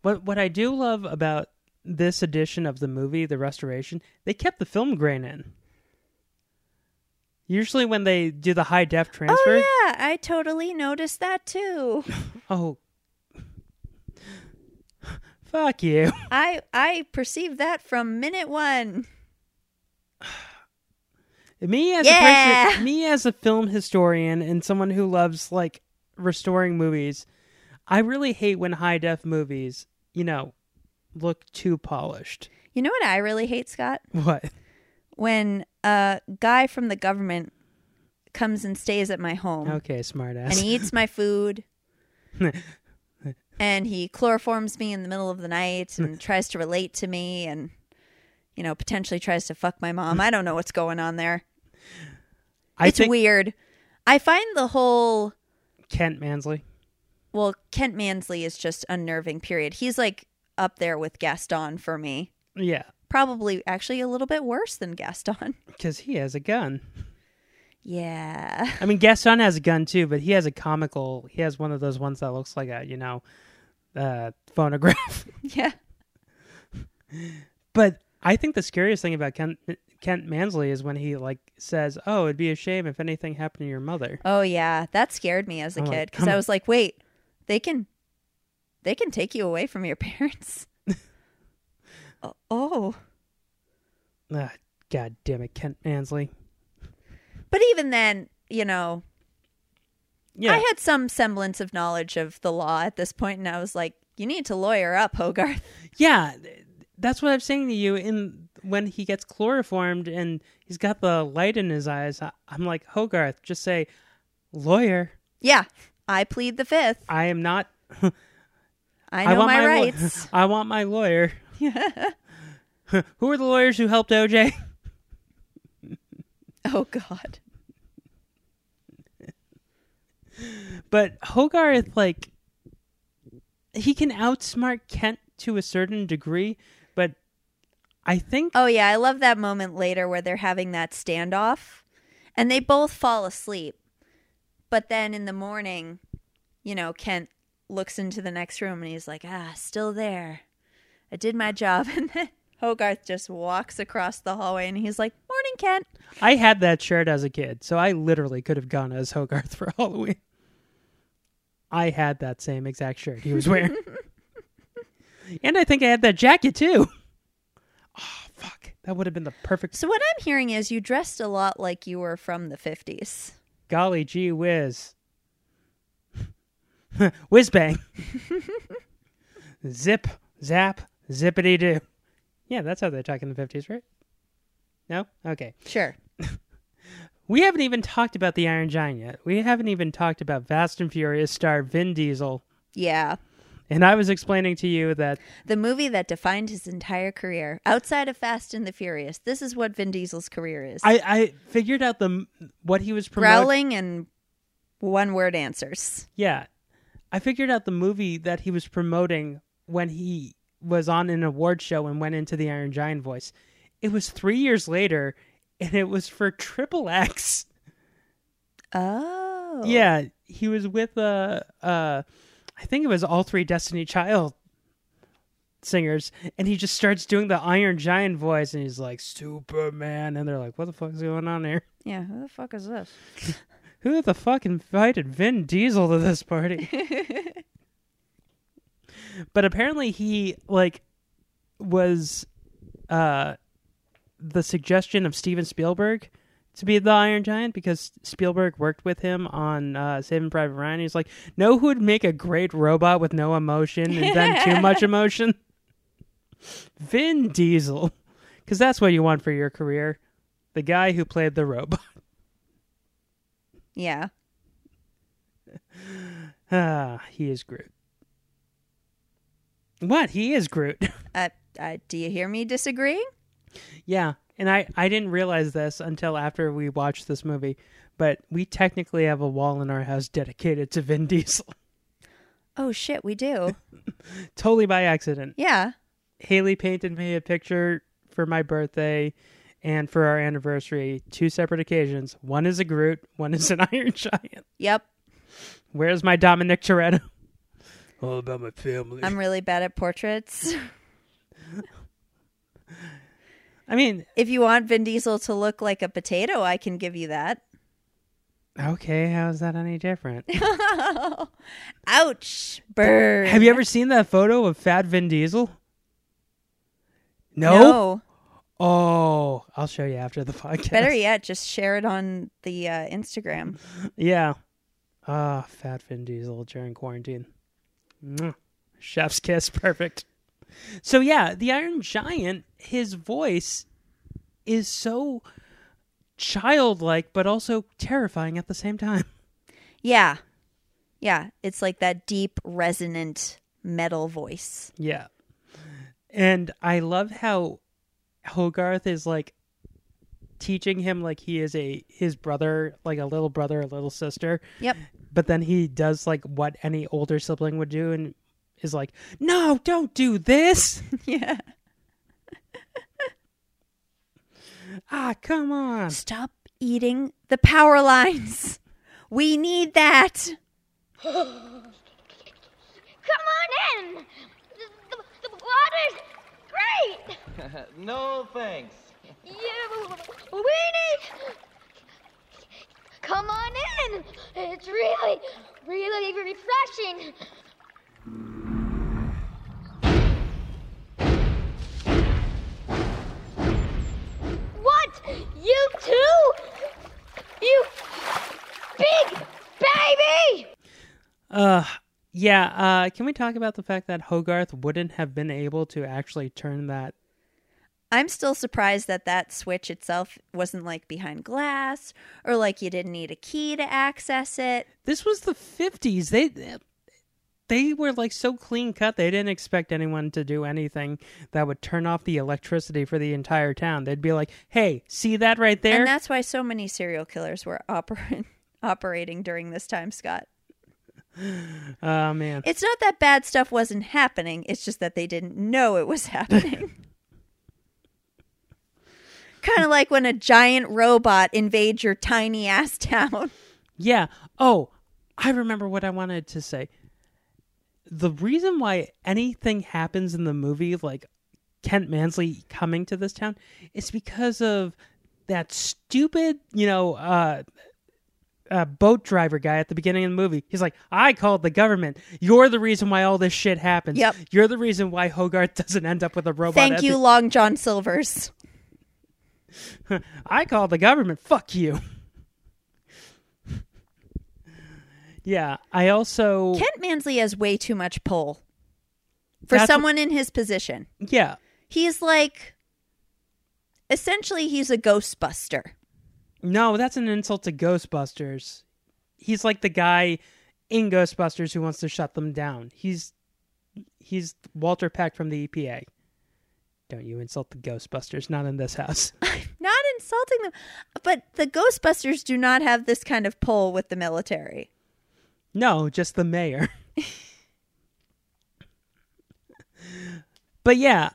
S1: What what I do love about this edition of the movie, the restoration, they kept the film grain in. Usually, when they do the high def transfer,
S2: Oh, yeah. I totally noticed that too.
S1: oh, fuck you.
S2: I, I perceived that from minute one.
S1: Me as a
S2: Yeah.
S1: person, me as a film historian and someone who loves like restoring movies, I really hate when high def movies, you know, look too polished.
S2: You know what I really hate, Scott?
S1: What?
S2: When a guy from the government comes and stays at my home.
S1: Okay, smartass.
S2: and he eats my food and he chloroforms me in the middle of the night and tries to relate to me and you know potentially tries to fuck my mom i don't know what's going on there
S1: I
S2: it's
S1: think
S2: weird i find the whole
S1: Kent Mansley.
S2: well kent mansley is just unnerving period he's like up there with gaston for me
S1: Yeah,
S2: probably actually a little bit worse than gaston
S1: because he has a gun.
S2: yeah
S1: I mean, Gaston has a gun too, but he has a comical. He has one of those ones that looks like a you know, uh, phonograph.
S2: yeah
S1: But I think the scariest thing about Kent Kent Mansley is when he like says, "Oh, it'd be a shame if anything happened to your mother."
S2: oh yeah that scared me as a
S1: I'm like,
S2: kid because
S1: come
S2: i
S1: on.
S2: was like wait they can they can take you away from your parents Oh, oh
S1: Ah, God damn it, Kent Mansley.
S2: but even then you know
S1: Yeah,
S2: i had some semblance of knowledge of the law at this point and i was like you need to lawyer up hogarth
S1: yeah. th- That's what I'm saying to you. In when he gets chloroformed and he's got the light in his eyes, I, I'm like Hogarth. Just say, lawyer.
S2: yeah i plead the fifth
S1: I am not.
S2: i know
S1: want
S2: my,
S1: law-
S2: rights
S1: I want my lawyer. who are the lawyers who helped OJ?
S2: oh god
S1: But Hogarth, like, he can outsmart Kent to a certain degree, but I think
S2: oh yeah i love that moment later where they're having that standoff and they both fall asleep but then in the morning you know kent looks into the next room and he's like ah still there i did my job and then hogarth just walks across the hallway and he's like morning kent
S1: I had that shirt as a kid, so I literally could have gone as Hogarth for Halloween. I had that same exact shirt he was wearing. and I think I had that jacket too. Oh, fuck. That would have been the perfect.
S2: So what I'm hearing is you dressed a lot like you were from the 50s.
S1: Golly gee whiz. whiz bang. Zip, zap, zippity doo. Yeah, that's how they talk in the 50s, right? No? Okay.
S2: Sure.
S1: We haven't even talked about the Iron Giant yet. We haven't even talked about Fast and Furious star Vin Diesel.
S2: Yeah.
S1: And I was explaining to you that
S2: The movie that defined his entire career outside of Fast and the Furious. This is what Vin Diesel's career is.
S1: I, I figured out the what he was promoting.
S2: Growling and one word answers.
S1: Yeah, I figured out the movie that he was promoting when he was on an award show and went into the Iron Giant voice. It was three years later, and it was for Triple X.
S2: Oh.
S1: Yeah, he was with uh uh, I think it was all three Destiny Child singers, and he just starts doing the Iron Giant voice, and he's like Superman, and they're like, "What the fuck's going on here?
S2: Yeah, who the fuck is this?
S1: Who the fuck invited Vin Diesel to this party?" but apparently, he like was uh the suggestion of Steven Spielberg to be the Iron Giant because Spielberg worked with him on uh, Saving Private Ryan. He's like, know who would make a great robot with no emotion and then too much emotion? Vin Diesel. Because that's what you want for your career. The guy who played the robot.
S2: Yeah.
S1: ah, he is Groot. What? He is Groot.
S2: Uh, uh, do you hear me disagreeing?
S1: Yeah, and I I didn't realize this until after we watched this movie, but we technically have a wall in our house dedicated to Vin Diesel,
S2: Oh shit, we do.
S1: totally by accident.
S2: Yeah.
S1: Haley painted me a picture for my birthday and for our anniversary, two separate occasions. One is a Groot, one is an Iron Giant.
S2: Yep.
S1: Where's my Dominic Toretto? All about my family.
S2: I'm really bad at portraits.
S1: I mean,
S2: If you want Vin Diesel to look like a potato, I can give you that.
S1: okay, how's that any different?
S2: Ouch. Burn.
S1: Have you ever seen that photo of Fat Vin Diesel?
S2: No.
S1: Oh, I'll show you after the podcast.
S2: Better yet, just share it on the uh, Instagram.
S1: Yeah. Ah, fat Vin Diesel during quarantine. Mwah. Chef's kiss, perfect. So yeah, the Iron Giant, his voice is so childlike but also terrifying at the same time.
S2: Yeah. Yeah. It's like that deep, resonant metal voice.
S1: Yeah. And I love how Hogarth is like teaching him like he is a his brother, like a little brother, a little sister.
S2: Yep.
S1: But then he does like what any older sibling would do and is like, "No, don't do this."
S2: Yeah.
S1: Ah, come on.
S2: Stop eating the power lines. We need that.
S3: Come on in. The, the, the water's great.
S4: No thanks.
S3: You, we need. Come on in. It's really, really refreshing. What? You too? You big baby!
S1: Uh yeah, uh can we talk about the fact that Hogarth wouldn't have been able to actually turn that
S2: I'm still surprised that that switch itself wasn't like behind glass or like you didn't need a key to access it.
S1: this was the 50s they they were like so clean cut they didn't expect anyone to do anything that would turn off the electricity for the entire town they'd be like hey see that right there
S2: And that's why so many serial killers were oper- operating during this time, Scott.
S1: oh man
S2: It's not that bad stuff wasn't happening, it's just that they didn't know it was happening. kind of like when a giant robot invades your tiny ass town.
S1: yeah oh i remember what i wanted to say the reason why anything happens in the movie like kent mansley coming to this town is because of that stupid you know uh uh, boat driver guy at the beginning of the movie. He's like, I called the government. You're the reason why all this shit happens.
S2: Yep.
S1: You're the reason why Hogarth doesn't end up with a robot.
S2: Thank
S1: at
S2: you,
S1: the-
S2: Long John Silvers.
S1: I called the government. Fuck you. yeah. I also.
S2: Kent Mansley has way too much pull for
S1: That's-
S2: someone in his position.
S1: yeah.
S2: He's like, essentially, he's a Ghostbuster.
S1: No, that's an insult to Ghostbusters. He's like the guy in Ghostbusters who wants to shut them down. He's he's Walter Peck from the EPA. Don't you insult the Ghostbusters, not in this house.
S2: Not insulting them, but the Ghostbusters do not have this kind of pull with the military.
S1: No, just the mayor. but yeah,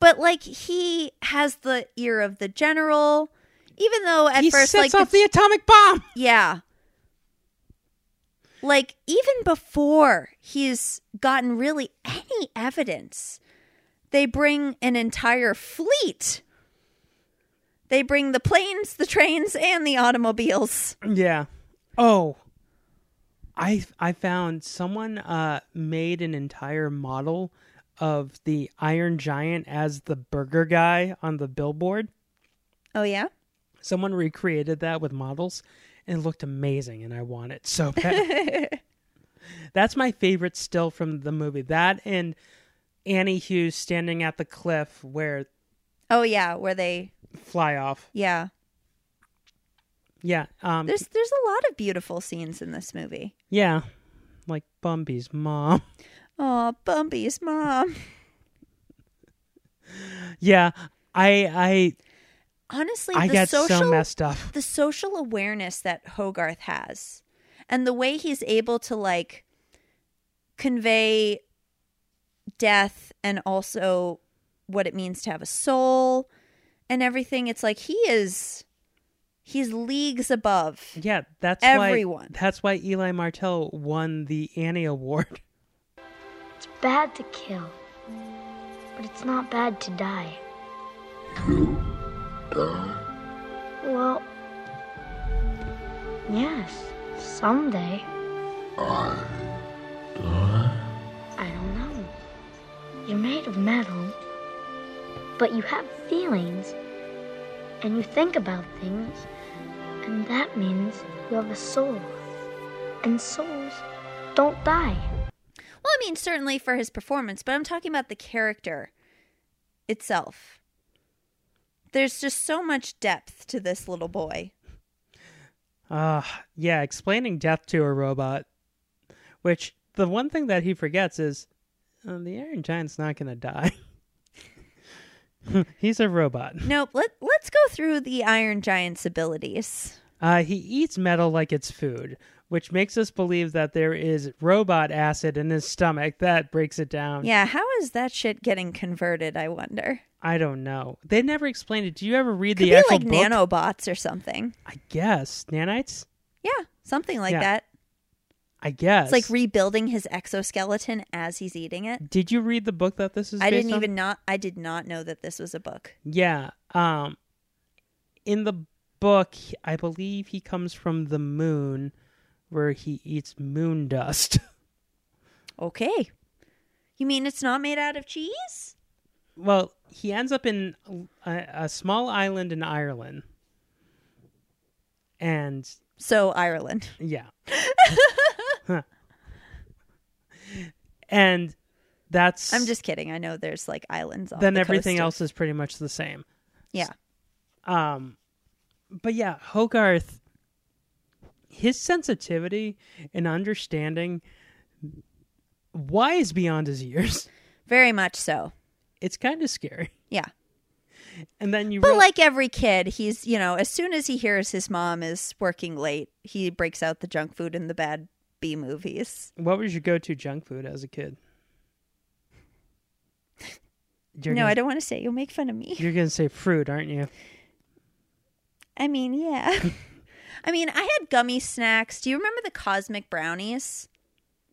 S2: But like, he has the ear of the general, even though at
S1: he
S2: first,
S1: sets
S2: like,
S1: off
S2: the-
S1: the atomic bomb.
S2: yeah, Like even before he's gotten really any evidence, they bring an entire fleet. They bring the planes, the trains, and the automobiles.
S1: Yeah. Oh. I I found someone uh made an entire model of the Iron Giant as the burger guy on the billboard.
S2: Oh yeah.
S1: Someone recreated that with models and it looked amazing and I want it so bad. That's my favorite still from the movie. That and Annie Hughes standing at the cliff where
S2: Oh yeah, where they
S1: fly off.
S2: yeah.
S1: Yeah. Um
S2: There's there's a lot of beautiful scenes in this movie.
S1: yeah. Like Bumby's mom.
S2: Oh, Bumpy's mom.
S1: Yeah. I
S2: Honestly,
S1: I I
S2: the
S1: got
S2: social
S1: so messed up.
S2: the social awareness that Hogarth has and the way he's able to like convey death and also what it means to have a soul and everything it's like he is he's leagues above
S1: Yeah, that's Why,
S2: Everyone.
S1: that's why Eli Martell won the Annie Award.
S3: It's bad to kill, but it's not bad to die. To die? Well, yes, someday. I die? I don't know. You're made of metal, but you have feelings, and you think about things, and that means you have a soul. And souls don't die.
S2: well i mean certainly for his performance but i'm talking about the character itself there's just so much depth to this little boy
S1: Uh, yeah, explaining death to a robot, which the one thing that he forgets is uh, the Iron Giant's not going to die. He's a robot.
S2: nope let, let's go through the iron giant's abilities
S1: Uh, he eats metal like it's food, which makes us believe that there is robot acid in his stomach that breaks it down.
S2: Yeah, how is that shit getting converted? I wonder.
S1: I don't know. They never explained it. Do you ever read
S2: Could
S1: the
S2: be
S1: actual
S2: like
S1: book?
S2: nanobots or something.
S1: I guess nanites.
S2: Yeah, something like
S1: Yeah.
S2: that.
S1: I guess
S2: It's like rebuilding his exoskeleton as he's eating it.
S1: Did you read the book that this is?
S2: I
S1: based
S2: didn't
S1: on?
S2: even not. I did not know that this was a book.
S1: Yeah. Um in the book, he- I believe he comes from the moon where he eats moon dust.
S2: Okay, you mean it's not made out of cheese?
S1: well, he ends up in a, a small island in Ireland. And
S2: So Ireland.
S1: yeah. Huh. And that's
S2: I'm just kidding. I know there's like islands. On
S1: then
S2: uh, the
S1: everything
S2: coast
S1: else
S2: of-
S1: is pretty much the same.
S2: Yeah,
S1: Um, but yeah, Hogarth, his sensitivity and understanding wise beyond his years.
S2: very much so.
S1: It's kind of scary.
S2: Yeah.
S1: And then you
S2: But
S1: real-
S2: like every kid, he's you know as soon as he hears his mom is working late, he breaks out the junk food and the bad B movies.
S1: what was your go-to junk food as a kid? You're
S2: no,
S1: gonna,
S2: I don't want to say. You'll make fun of me.
S1: You're gonna say fruit, aren't you?
S2: I mean, yeah. I mean, I had gummy snacks. Do you remember the cosmic brownies?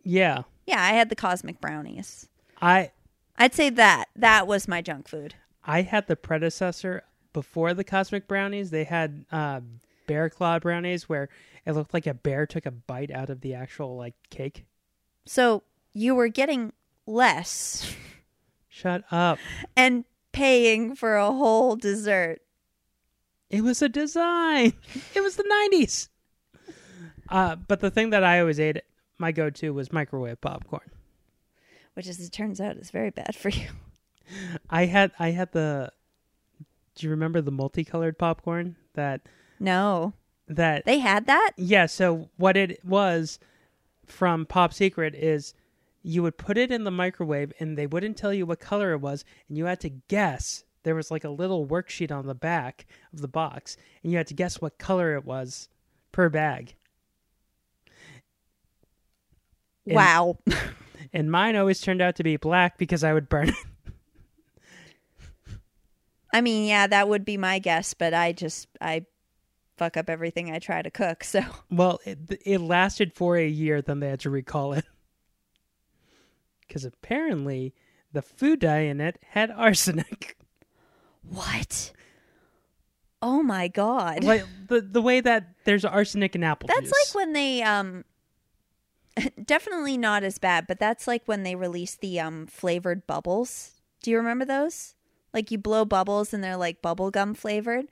S1: Yeah,
S2: Yeah, I had the cosmic brownies.
S1: I
S2: I'd say that that was my junk food.
S1: I had the predecessor before the cosmic brownies. They had uh, bear claw brownies where it looked like a bear took a bite out of the actual like cake.
S2: So you were getting less
S1: Shut up.
S2: and paying for a whole dessert.
S1: It was a design. It was the nineties. Uh, but the thing that I always ate, my go-to was microwave popcorn.
S2: Which, as it turns out, is very bad for you.
S1: I had, I had the. Do you remember the multicolored popcorn that
S2: No,
S1: that?
S2: they had that.
S1: yeah. So what it was from Pop Secret is you would put it in the microwave and they wouldn't tell you what color it was and you had to guess. There was like a little worksheet on the back of the box and you had to guess what color it was per bag. And-
S2: Wow.
S1: and mine always turned out to be black because I would burn it.
S2: I mean, yeah, that would be my guess, but I just I fuck up everything I try to cook. So
S1: Well, it, it lasted for a year, then they had to recall it. Because apparently the food dye in it had arsenic.
S2: what? Oh my god.
S1: like the, the way that there's arsenic in apple
S2: That's
S1: juice.
S2: like when they um definitely not as bad, but that's like when they released the um flavored bubbles. Do you remember those? Like you blow bubbles and they're like bubblegum flavored.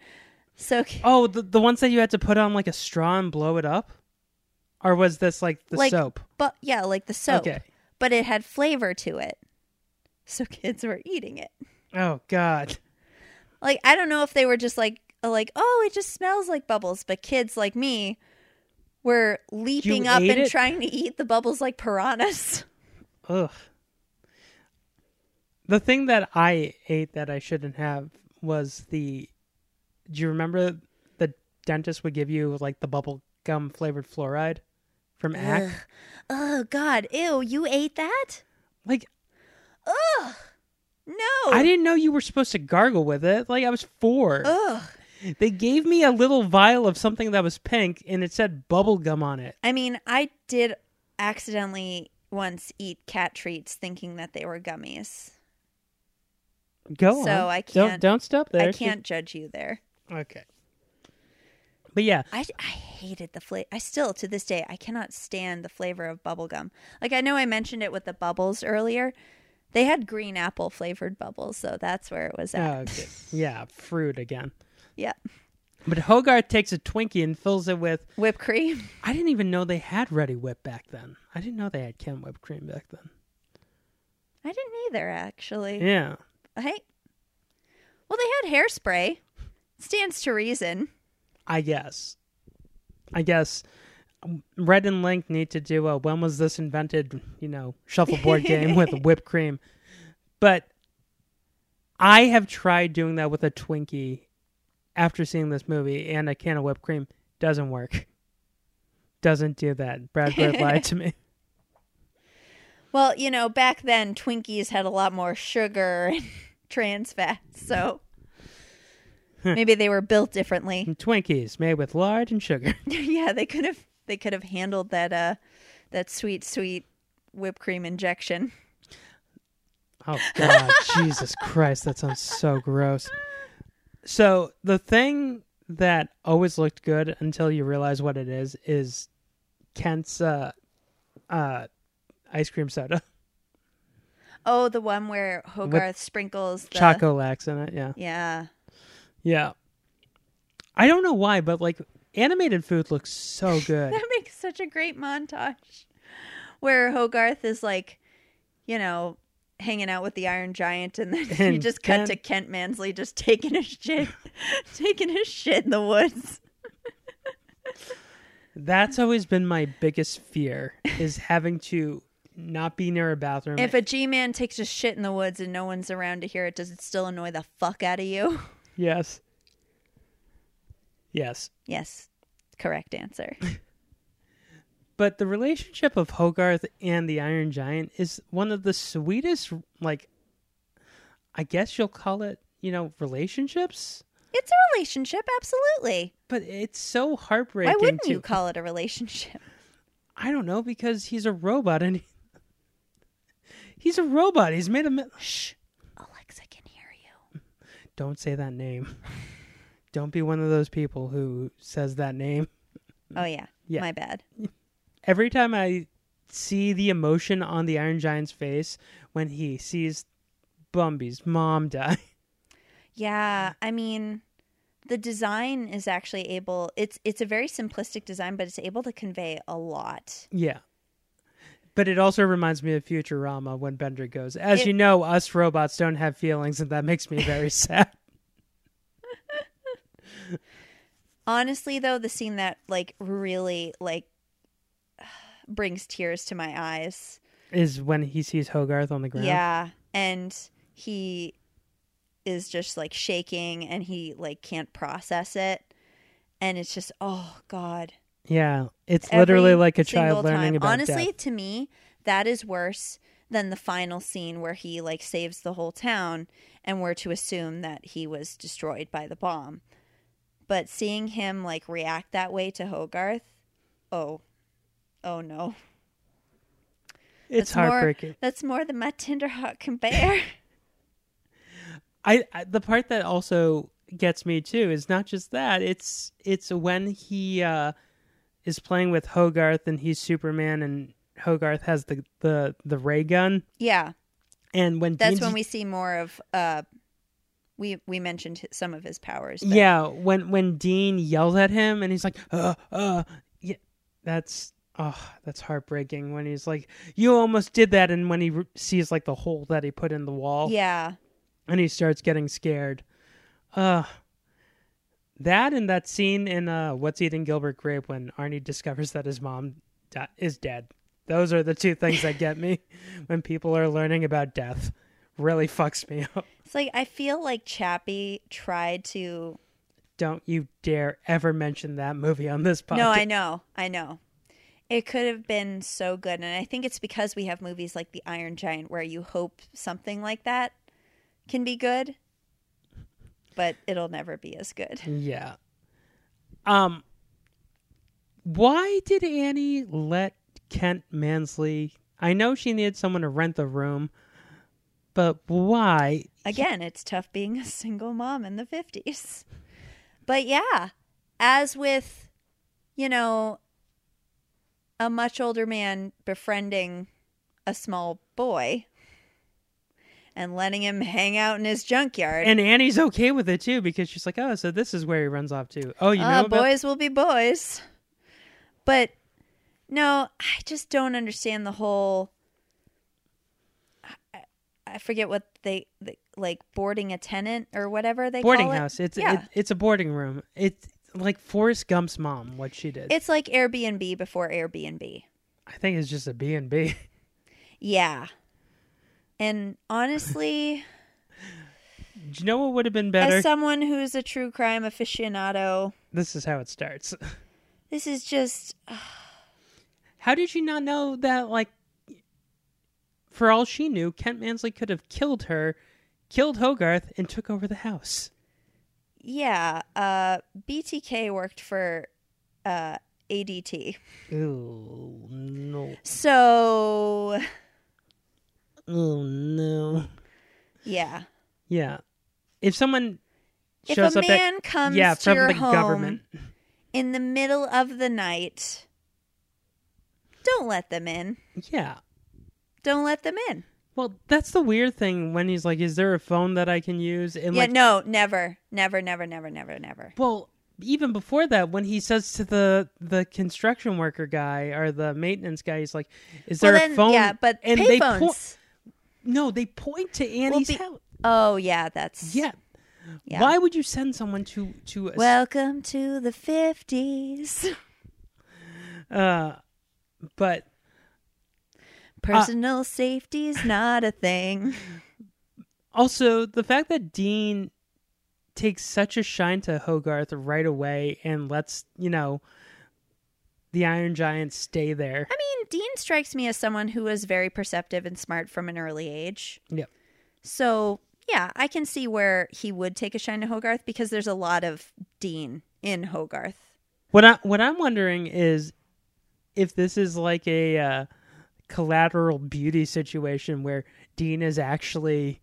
S2: So
S1: Oh, the, the ones that you had to put on like a straw and blow it up? Or was this like the
S2: like
S1: soap?
S2: But yeah, like the soap.
S1: Okay.
S2: But it had flavor to it. So kids were eating it.
S1: Oh, God.
S2: Like I don't know if they were just like like, "Oh, it just smells like bubbles," but kids like me were leaping up
S1: ate
S2: and
S1: it?
S2: trying to eat the bubbles like piranhas.
S1: Ugh. The thing that I ate that I shouldn't have was the. Do you remember the dentist would give you like the bubble gum flavored fluoride from Act?
S2: Oh god, ew, you ate that?
S1: Like
S2: No.
S1: I didn't know you were supposed to gargle with it. Like I was four.
S2: Ugh.
S1: They gave me a little vial of something that was pink and it said bubble gum on it.
S2: I mean, I did accidentally once eat cat treats thinking that they were gummies.
S1: Go on.
S2: So I
S1: Don't
S2: can't-
S1: don't stop there.
S2: I
S1: She-
S2: can't judge you there.
S1: Okay. But yeah,
S2: I, I hated the flavor. I still, to this day, I cannot stand the flavor of bubblegum. Like, I know I mentioned it with the bubbles earlier. They had green apple flavored bubbles, so that's where it was at.
S1: Oh, okay. yeah, fruit again.
S2: Yep.
S1: But Hogarth takes a Twinkie and fills it with
S2: Whipped cream.
S1: I didn't even know they had Ready Whip back then. I didn't know they had Ken whipped cream back then.
S2: I didn't either, actually.
S1: Yeah.
S2: Hey. Well, they had hairspray. Stands to reason.
S1: I guess. I guess um, Red and Link need to do a when was this invented, you know, shuffleboard game with whipped cream. But I have tried doing that with a Twinkie after seeing this movie and a can of whipped cream. Doesn't work. Doesn't do that. Brad Bird lied to me.
S2: Well, you know, back then Twinkies had a lot more sugar and trans fats, so maybe they were built differently.
S1: Twinkies made with lard and sugar.
S2: yeah, they could have they could have handled that uh that sweet sweet whipped cream injection.
S1: Oh God, Jesus Christ, that sounds so gross. So the thing that always looked good until you realize what it is is Kent's uh, uh, ice cream soda,
S2: Oh, the one where Hogarth sprinkles the
S1: Choco Lax in it. Yeah,
S2: Yeah.
S1: yeah. I don't know why, but like animated food looks so good.
S2: That makes such a great montage where Hogarth is like, you know, hanging out with the Iron Giant, and then you
S1: And
S2: just cut
S1: then-
S2: to Kent Mansley just taking his shit, taking his shit in the woods.
S1: That's always been my biggest fear is having to not be near a bathroom.
S2: If a G man takes a shit in the woods and no one's around to hear it, does it still annoy the fuck out of you?
S1: yes, yes.
S2: Yes. Correct answer.
S1: but the relationship of Hogarth and the Iron Giant is one of the sweetest, like, I guess you'll call it, you know, relationships.
S2: It's a relationship, absolutely.
S1: But it's so heartbreaking.
S2: Why wouldn't
S1: to,
S2: you call it a relationship?
S1: I don't know because he's a robot and he, he's a robot. He's made a. mi- Shh!
S2: Alexa can hear you.
S1: Don't say that name. Don't be one of those people who says that name.
S2: Oh yeah.
S1: Yeah.
S2: My bad.
S1: every time I see the emotion on the Iron Giant's face when he sees Bumby's mom die.
S2: Yeah, I mean, the design is actually able. It's it's a very simplistic design, but it's able to convey a lot.
S1: Yeah. But it also reminds me of Futurama when Bender goes, As
S2: It-
S1: you know, us robots don't have feelings, and that makes me very sad.
S2: Honestly, though, the scene that like really like brings tears to my eyes.
S1: Is when he sees Hogarth on the ground.
S2: Yeah, and he is just like shaking, and he like can't process it, and it's just oh god.
S1: Yeah. It's
S2: Every
S1: literally like a
S2: single
S1: child learning
S2: time.
S1: about
S2: honestly
S1: death.
S2: to me that is worse than the final scene where he like saves the whole town and we're to assume that he was destroyed by the bomb But seeing him like react that way to Hogarth, oh, oh no.
S1: It's
S2: more-
S1: heartbreaking.
S2: that's more than my tender heart can bear.
S1: I, I the part that also gets me too is not just that it's it's when he uh is playing with Hogarth and he's Superman and Hogarth has the the the ray gun
S2: yeah,
S1: and when
S2: that's
S1: Dean-
S2: when we see more of. uh We we mentioned h- some of his powers. but-
S1: yeah when when Dean yells at him and he's like uh uh yeah that's oh that's heartbreaking when he's like you almost did that and when he re- sees like the hole that he put in the wall
S2: yeah,
S1: and he starts getting scared. Uh that and that scene in uh What's Eating Gilbert Grape when Arnie discovers that his mom di- is dead. Those are the two things that get me when people are learning about death. Really fucks me up.
S2: it's like I feel like Chappie tried to.
S1: Don't you dare ever mention that movie on this podcast.
S2: No, I know, I know. It could have been so good, and I think it's because we have movies like The Iron Giant where you hope something like that can be good, but it'll never be as good.
S1: Yeah. Um why did Annie let Kent Mansley I know she needed someone to rent the room, but why?
S2: Again, it's tough being a single mom in the 50s. But yeah, as with, you know, a much older man befriending a small boy and letting him hang out in his junkyard.
S1: And Annie's okay with it too because she's like, "Oh, so this is where he runs off to." Oh, you know,
S2: Ah,
S1: about-
S2: boys will be boys. But no, I just don't understand the whole. I- I, I forget what they, they like boarding a tenant or whatever they
S1: boarding
S2: call it.
S1: house. It's
S2: yeah.
S1: it, it's a boarding room. It's like Forrest Gump's mom. What she did,
S2: it's like Airbnb before Airbnb.
S1: I think, it's just a B and B.
S2: Yeah. And honestly,
S1: Do you know what would have been better?
S2: as someone who's a true crime aficionado,
S1: This is how it starts.
S2: this is just
S1: How did she not know that? Like, for all she knew, Kent Mansley could have killed her, killed Hogarth, and took over the house.
S2: yeah, uh BTK worked for uh ADT.
S1: Oh no!
S2: So,
S1: Oh no!
S2: yeah.
S1: Yeah, if someone
S2: If
S1: shows
S2: a
S1: up
S2: man
S1: at,
S2: comes
S1: yeah
S2: to
S1: from
S2: your
S1: the
S2: home
S1: government.
S2: in the middle of the night, don't let them in.
S1: Yeah.
S2: Don't let them in.
S1: Well, that's the weird thing when he's like, "Is there a phone that I can use?" And
S2: yeah,
S1: like,
S2: no, never, never, never, never, never, never.
S1: well, even before that, when he says to the the construction worker guy or the maintenance guy, he's like, "Is there
S2: well,
S1: a
S2: then,
S1: phone?"
S2: yeah, but
S1: and
S2: pay
S1: they
S2: phones.
S1: po- no, they point to Annie's
S2: be-
S1: house.
S2: Oh yeah, that's
S1: Yeah.
S2: Yeah.
S1: Why would you send someone to to a s-
S2: Welcome to the fifties.
S1: uh but
S2: Personal safety is not a thing.
S1: also the fact that Dean takes such a shine to Hogarth right away and lets, you know, the Iron Giant stay there.
S2: I mean, Dean strikes me as someone who is very perceptive and smart from an early age.
S1: Yep.
S2: So yeah, I can see where he would take a shine to Hogarth because there's a lot of Dean in Hogarth.
S1: What I what I'm wondering is if this is like a uh, collateral beauty situation where Dean is actually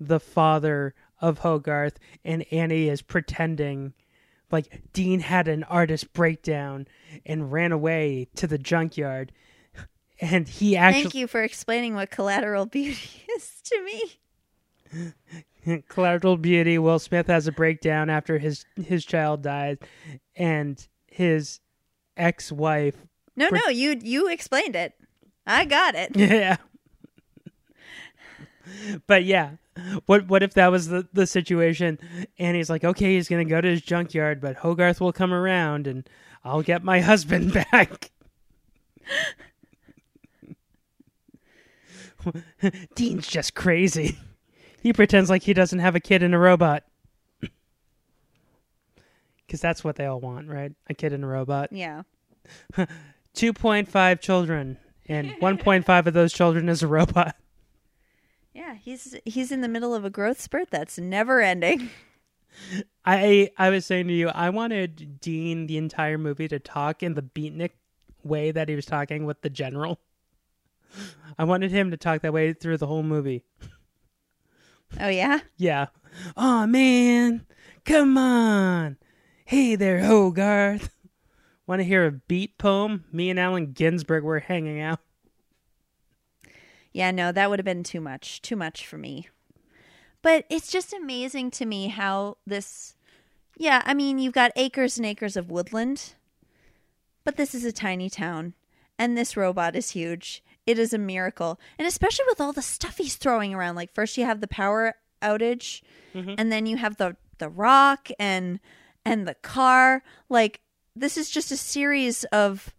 S1: the father of Hogarth and Annie is pretending like Dean had an artist breakdown and ran away to the junkyard and he
S2: Thank
S1: actually
S2: you for explaining what collateral beauty is to me.
S1: collateral beauty Will Smith has a breakdown after his his child dies and his ex-wife
S2: No, no, you you explained it. I got it.
S1: Yeah. but yeah, what what if that was the, the situation? And he's like, okay, he's gonna go to his junkyard, but Hogarth will come around, and I'll get my husband back. Dean's just crazy. He pretends like he doesn't have a kid in a robot. Because that's what they all want, right? A kid in a robot.
S2: Yeah.
S1: 2.5 children, and 1.5 of those children is a robot.
S2: Yeah, he's he's in the middle of a growth spurt that's never ending.
S1: I I was saying to you, I wanted Dean the entire movie to talk in the beatnik way that he was talking with the general. I wanted him to talk that way through the whole movie.
S2: Oh yeah.
S1: Yeah. Oh man, come on. Hey there, Hogarth. Want to hear a beat poem? Me and Allen Ginsberg were hanging out.
S2: Yeah, no, that would have been too much, too much for me. But it's just amazing to me how this Yeah, I mean, you've got acres and acres of woodland, but this is a tiny town and this robot is huge. It is a miracle. And especially with all the stuff he's throwing around, like first you have the power outage and then you have the the rock and and the car. Like this is just a series of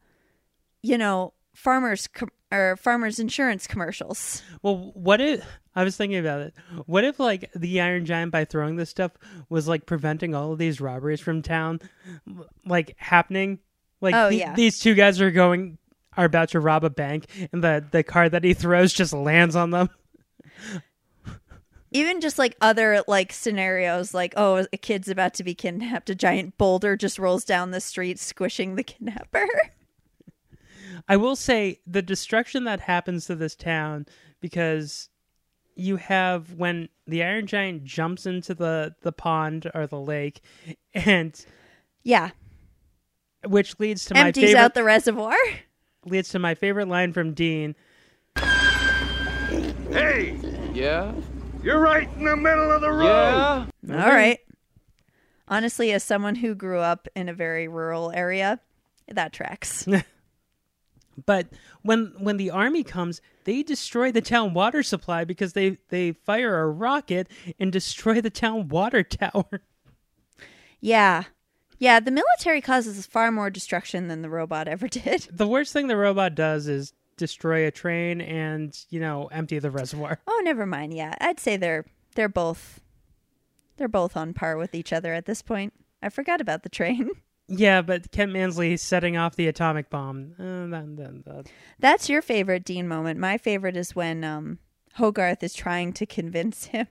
S2: you know, farmers com- or farmers insurance commercials.
S1: Well, what if I was thinking about it? What if like the Iron Giant by throwing this stuff was like preventing all of these robberies from town like happening? Like
S2: Oh,
S1: the-
S2: yeah.
S1: these two guys are going are about to rob a bank and the the car that he throws just lands on them.
S2: even just like other like scenarios like oh a kid's about to be kidnapped a giant boulder just rolls down the street squishing the kidnapper
S1: I will say the destruction that happens to this town because you have when the Iron Giant jumps into the the pond or the lake and
S2: yeah
S1: which leads to my
S2: empties
S1: favorite
S2: out the reservoir
S1: leads to my favorite line from Dean
S7: Hey,
S4: Yeah?
S7: you're right in the middle of the road.
S4: Yeah?
S2: all right honestly as someone who grew up in a very rural area that tracks
S1: But when when the army comes, they destroy the town water supply because they they fire a rocket and destroy the town water tower.
S2: yeah yeah the military causes far more destruction than the robot ever did
S1: The worst thing the robot does is destroy a train and you know empty the reservoir.
S2: oh never mind yeah i'd say they're they're both they're both on par with each other at this point i forgot about the train
S1: Yeah, but Kent Mansley setting off the atomic bomb. Uh, that- that- that-
S2: That's your favorite Dean moment. My favorite is when um, Hogarth is trying to convince him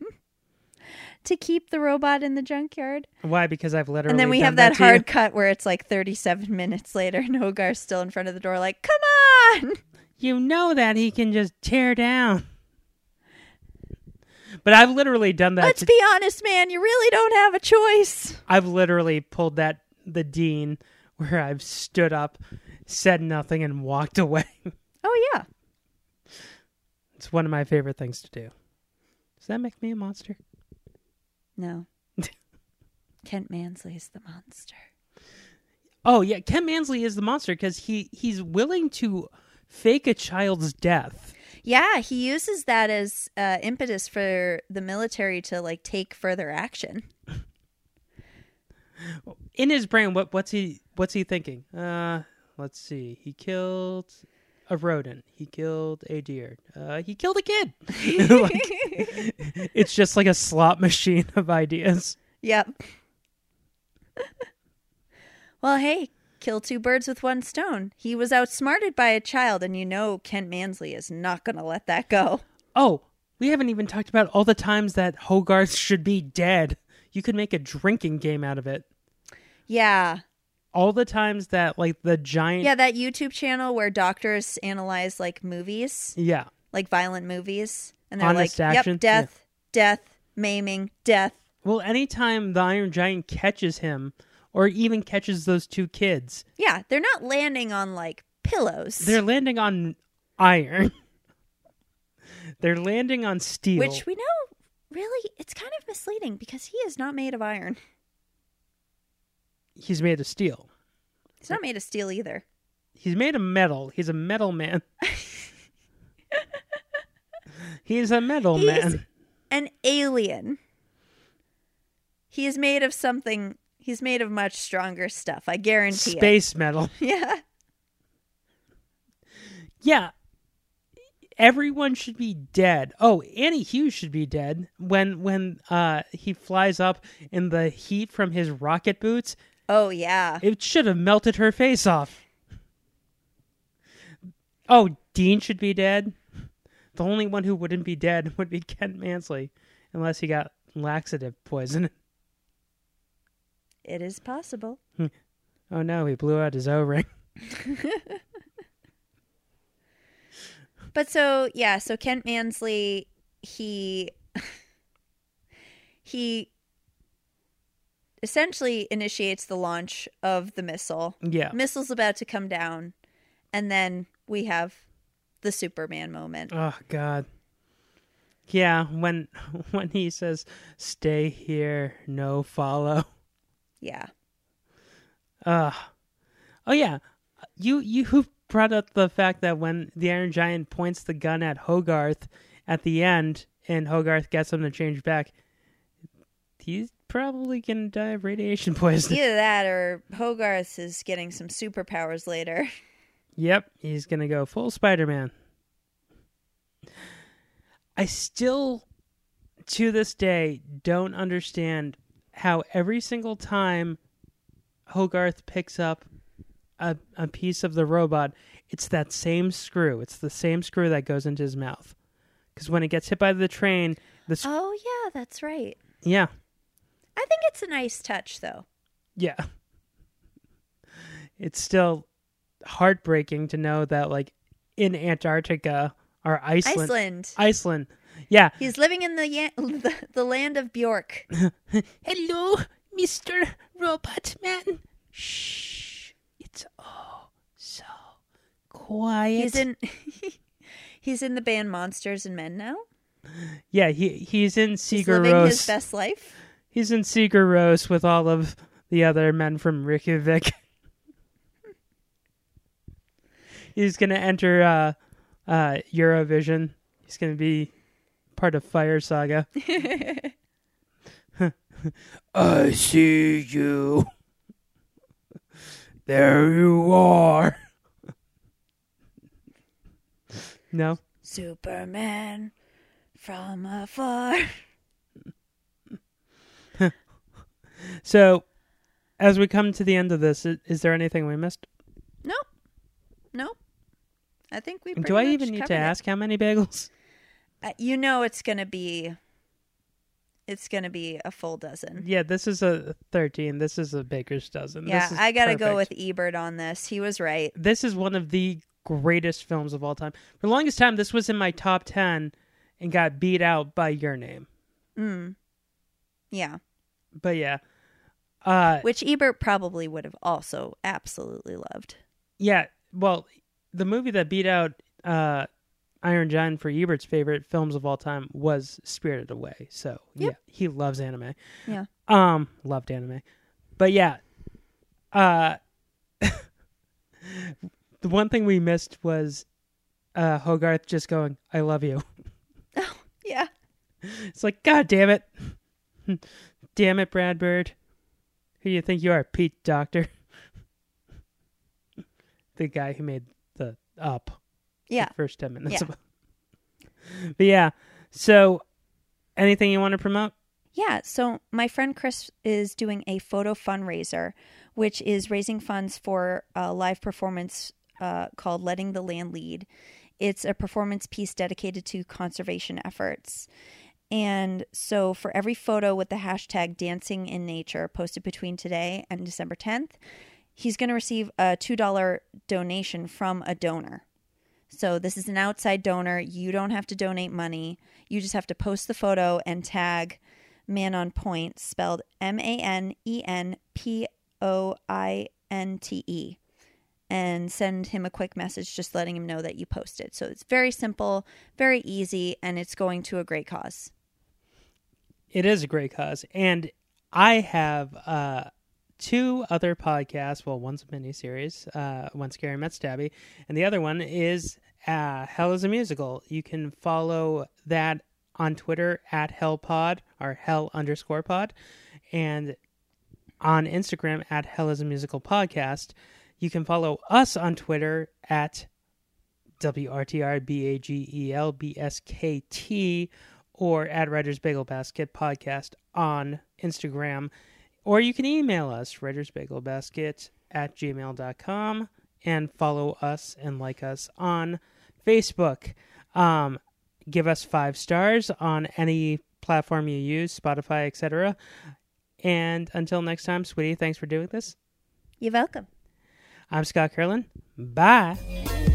S2: to keep the robot in the junkyard.
S1: Why? Because I've literally.
S2: and then we
S1: done
S2: have that,
S1: to you.
S2: hard cut where it's like 37 minutes later and Hogarth's still in front of the door, like, come on.
S1: You know that he can just tear down. But I've literally done that.
S2: Let's
S1: to-
S2: be honest, man. You really don't have a choice.
S1: I've literally pulled that the dean where I've stood up, said nothing, and walked away.
S2: Oh, yeah.
S1: It's one of my favorite things to do. Does that make me a monster?
S2: No. Kent Mansley is the monster.
S1: Oh yeah, Ken Mansley is the monster because he he's willing to fake a child's death.
S2: Yeah, he uses that as uh, impetus for the military to like take further action.
S1: In his brain, what what's he what's he thinking? Uh, let's see. He killed a rodent. He killed a deer. Uh, he killed a kid. Like, it's just like a slot machine of ideas.
S2: Yep. well, hey, kill two birds with one stone. He was outsmarted by a child, and you know Kent Mansley is not going to let that go.
S1: Oh, we haven't even talked about all the times that Hogarth should be dead. You could make a drinking game out of it.
S2: Yeah.
S1: All the times that like the giant
S2: Yeah, that YouTube channel where doctors analyze like movies,
S1: Yeah.
S2: like violent movies, and they're
S1: Honest
S2: like,
S1: action?
S2: yep, death, death, maiming, death.
S1: Well, anytime the Iron Giant catches him or even catches those two kids,
S2: Yeah, they're not landing on like pillows,
S1: they're landing on iron. they're landing on steel.
S2: which we know really it's kind of misleading because he is not made of iron.
S1: He's made of steel.
S2: He's not made of steel either.
S1: He's made of metal. He's a metal man. He's a metal
S2: He's-
S1: man.
S2: an alien. He is made of something. He's made of much stronger stuff. I guarantee
S1: Space metal.
S2: it. Yeah.
S1: Yeah. Everyone should be dead. Oh, Annie Hughes should be dead when when uh he flies up in the heat from his rocket boots.
S2: Oh yeah.
S1: It should have melted her face off. Oh, Dean should be dead. The only one who wouldn't be dead would be Kent Mansley, unless he got laxative poison.
S2: It is possible.
S1: Oh no, he blew out his O ring.
S2: But so yeah, so Kent Mansley, he he essentially initiates the launch of the missile.
S1: Yeah.
S2: Missile's about to come down, and then we have the Superman moment.
S1: Oh God. Yeah, when when he says "Stay here, no follow."
S2: Yeah.
S1: Uh oh yeah. You you brought up the fact that when the Iron Giant points the gun at Hogarth at the end and Hogarth gets him to change back, he's probably gonna die of radiation poisoning.
S2: Either that or Hogarth is getting some superpowers later.
S1: Yep, he's gonna go full Spider Man. I still to this day don't understand how every single time Hogarth picks up a, a piece of the robot, it's that same screw. It's the same screw that goes into his mouth. Because when it gets hit by the train, the sc-
S2: Oh yeah, that's right.
S1: yeah,
S2: I think it's a nice touch though.
S1: yeah, it's still heartbreaking to know that like in Antarctica or Iceland,
S2: Iceland.
S1: Iceland, yeah.
S2: He's living in the, ya- the the land of Bjork.
S1: Hello, Mister Robot Man. Shh, it's all so quiet.
S2: He's in He's in the band Monsters and Men now.
S1: Yeah, he he's in
S2: He's
S1: Seeger
S2: living
S1: Rose.
S2: his best life.
S1: He's in Seeger Rose with all of the other men from Reykjavik. he's gonna enter uh, uh, Eurovision. He's gonna be part of Fire Saga. I see you. There you are. no.
S2: Superman from afar.
S1: So, as we come to the end of this, i- is there anything we missed?
S2: Nope. Nope. I think we.
S1: And
S2: pretty
S1: Do I
S2: much
S1: even need
S2: covered
S1: to
S2: it.
S1: ask how many bagels?
S2: Uh, you know, it's gonna be. It's gonna be a full dozen.
S1: Yeah, this is a 13. This is a baker's dozen.
S2: Yeah,
S1: This is
S2: I gotta go with
S1: perfect.
S2: Ebert on this. He was right.
S1: This is one of the greatest films of all time. For the longest time, this was in my top 10 and got beat out by Your Name.
S2: Hmm. Yeah,
S1: But yeah. Uh
S2: which Ebert probably would have also absolutely loved.
S1: yeah, well, the movie that beat out uh Iron Giant for Ebert's favorite films of all time was Spirited Away. So,
S2: Yep.
S1: yeah, he loves anime.
S2: Yeah.
S1: Um, loved anime. But yeah. Uh the one thing we missed was uh Hogarth just going, I love you.
S2: Yeah.
S1: It's like, God damn it. damn it, Brad Bird. Who do you think you are, Pete Doctor? the guy who made the up
S2: Yeah.
S1: the first ten minutes
S2: Yeah.
S1: of But yeah. So anything you want to promote?
S2: Yeah, so my friend Chris is doing a photo fundraiser, which is raising funds for a live performance uh, called Letting the Land Lead. It's a performance piece dedicated to conservation efforts. And so, for every photo with the hashtag dancing in nature posted between today and December 10th, he's going to receive a $2 donation from a donor. So this is an outside donor. You don't have to donate money. You just have to post the photo and tag Man on Point, spelled M A N E N P O I N T E, and send him a quick message just letting him know that you posted. So it's very simple, very easy, and it's going to a great cause.
S1: It is a great cause. And I have uh two other podcasts. Well, one's a miniseries, uh, one Scary Met Stabby, and the other one is uh, Hell is a Musical. You can follow that on Twitter at HellPod or Hell underscore pod, and on Instagram at Hell is a Musical Podcast. You can follow us on Twitter at E WRTRBAGELBSKT or at Writer's Bagel Basket Podcast on Instagram. Or you can email us, Writer's Bagel Basket at gmail.com, and follow us and like us on Facebook. Um, give us five stars on any platform you use, Spotify, etc. And until next time, sweetie, thanks for doing this.
S2: You're welcome.
S1: I'm Scott Carlin. Bye.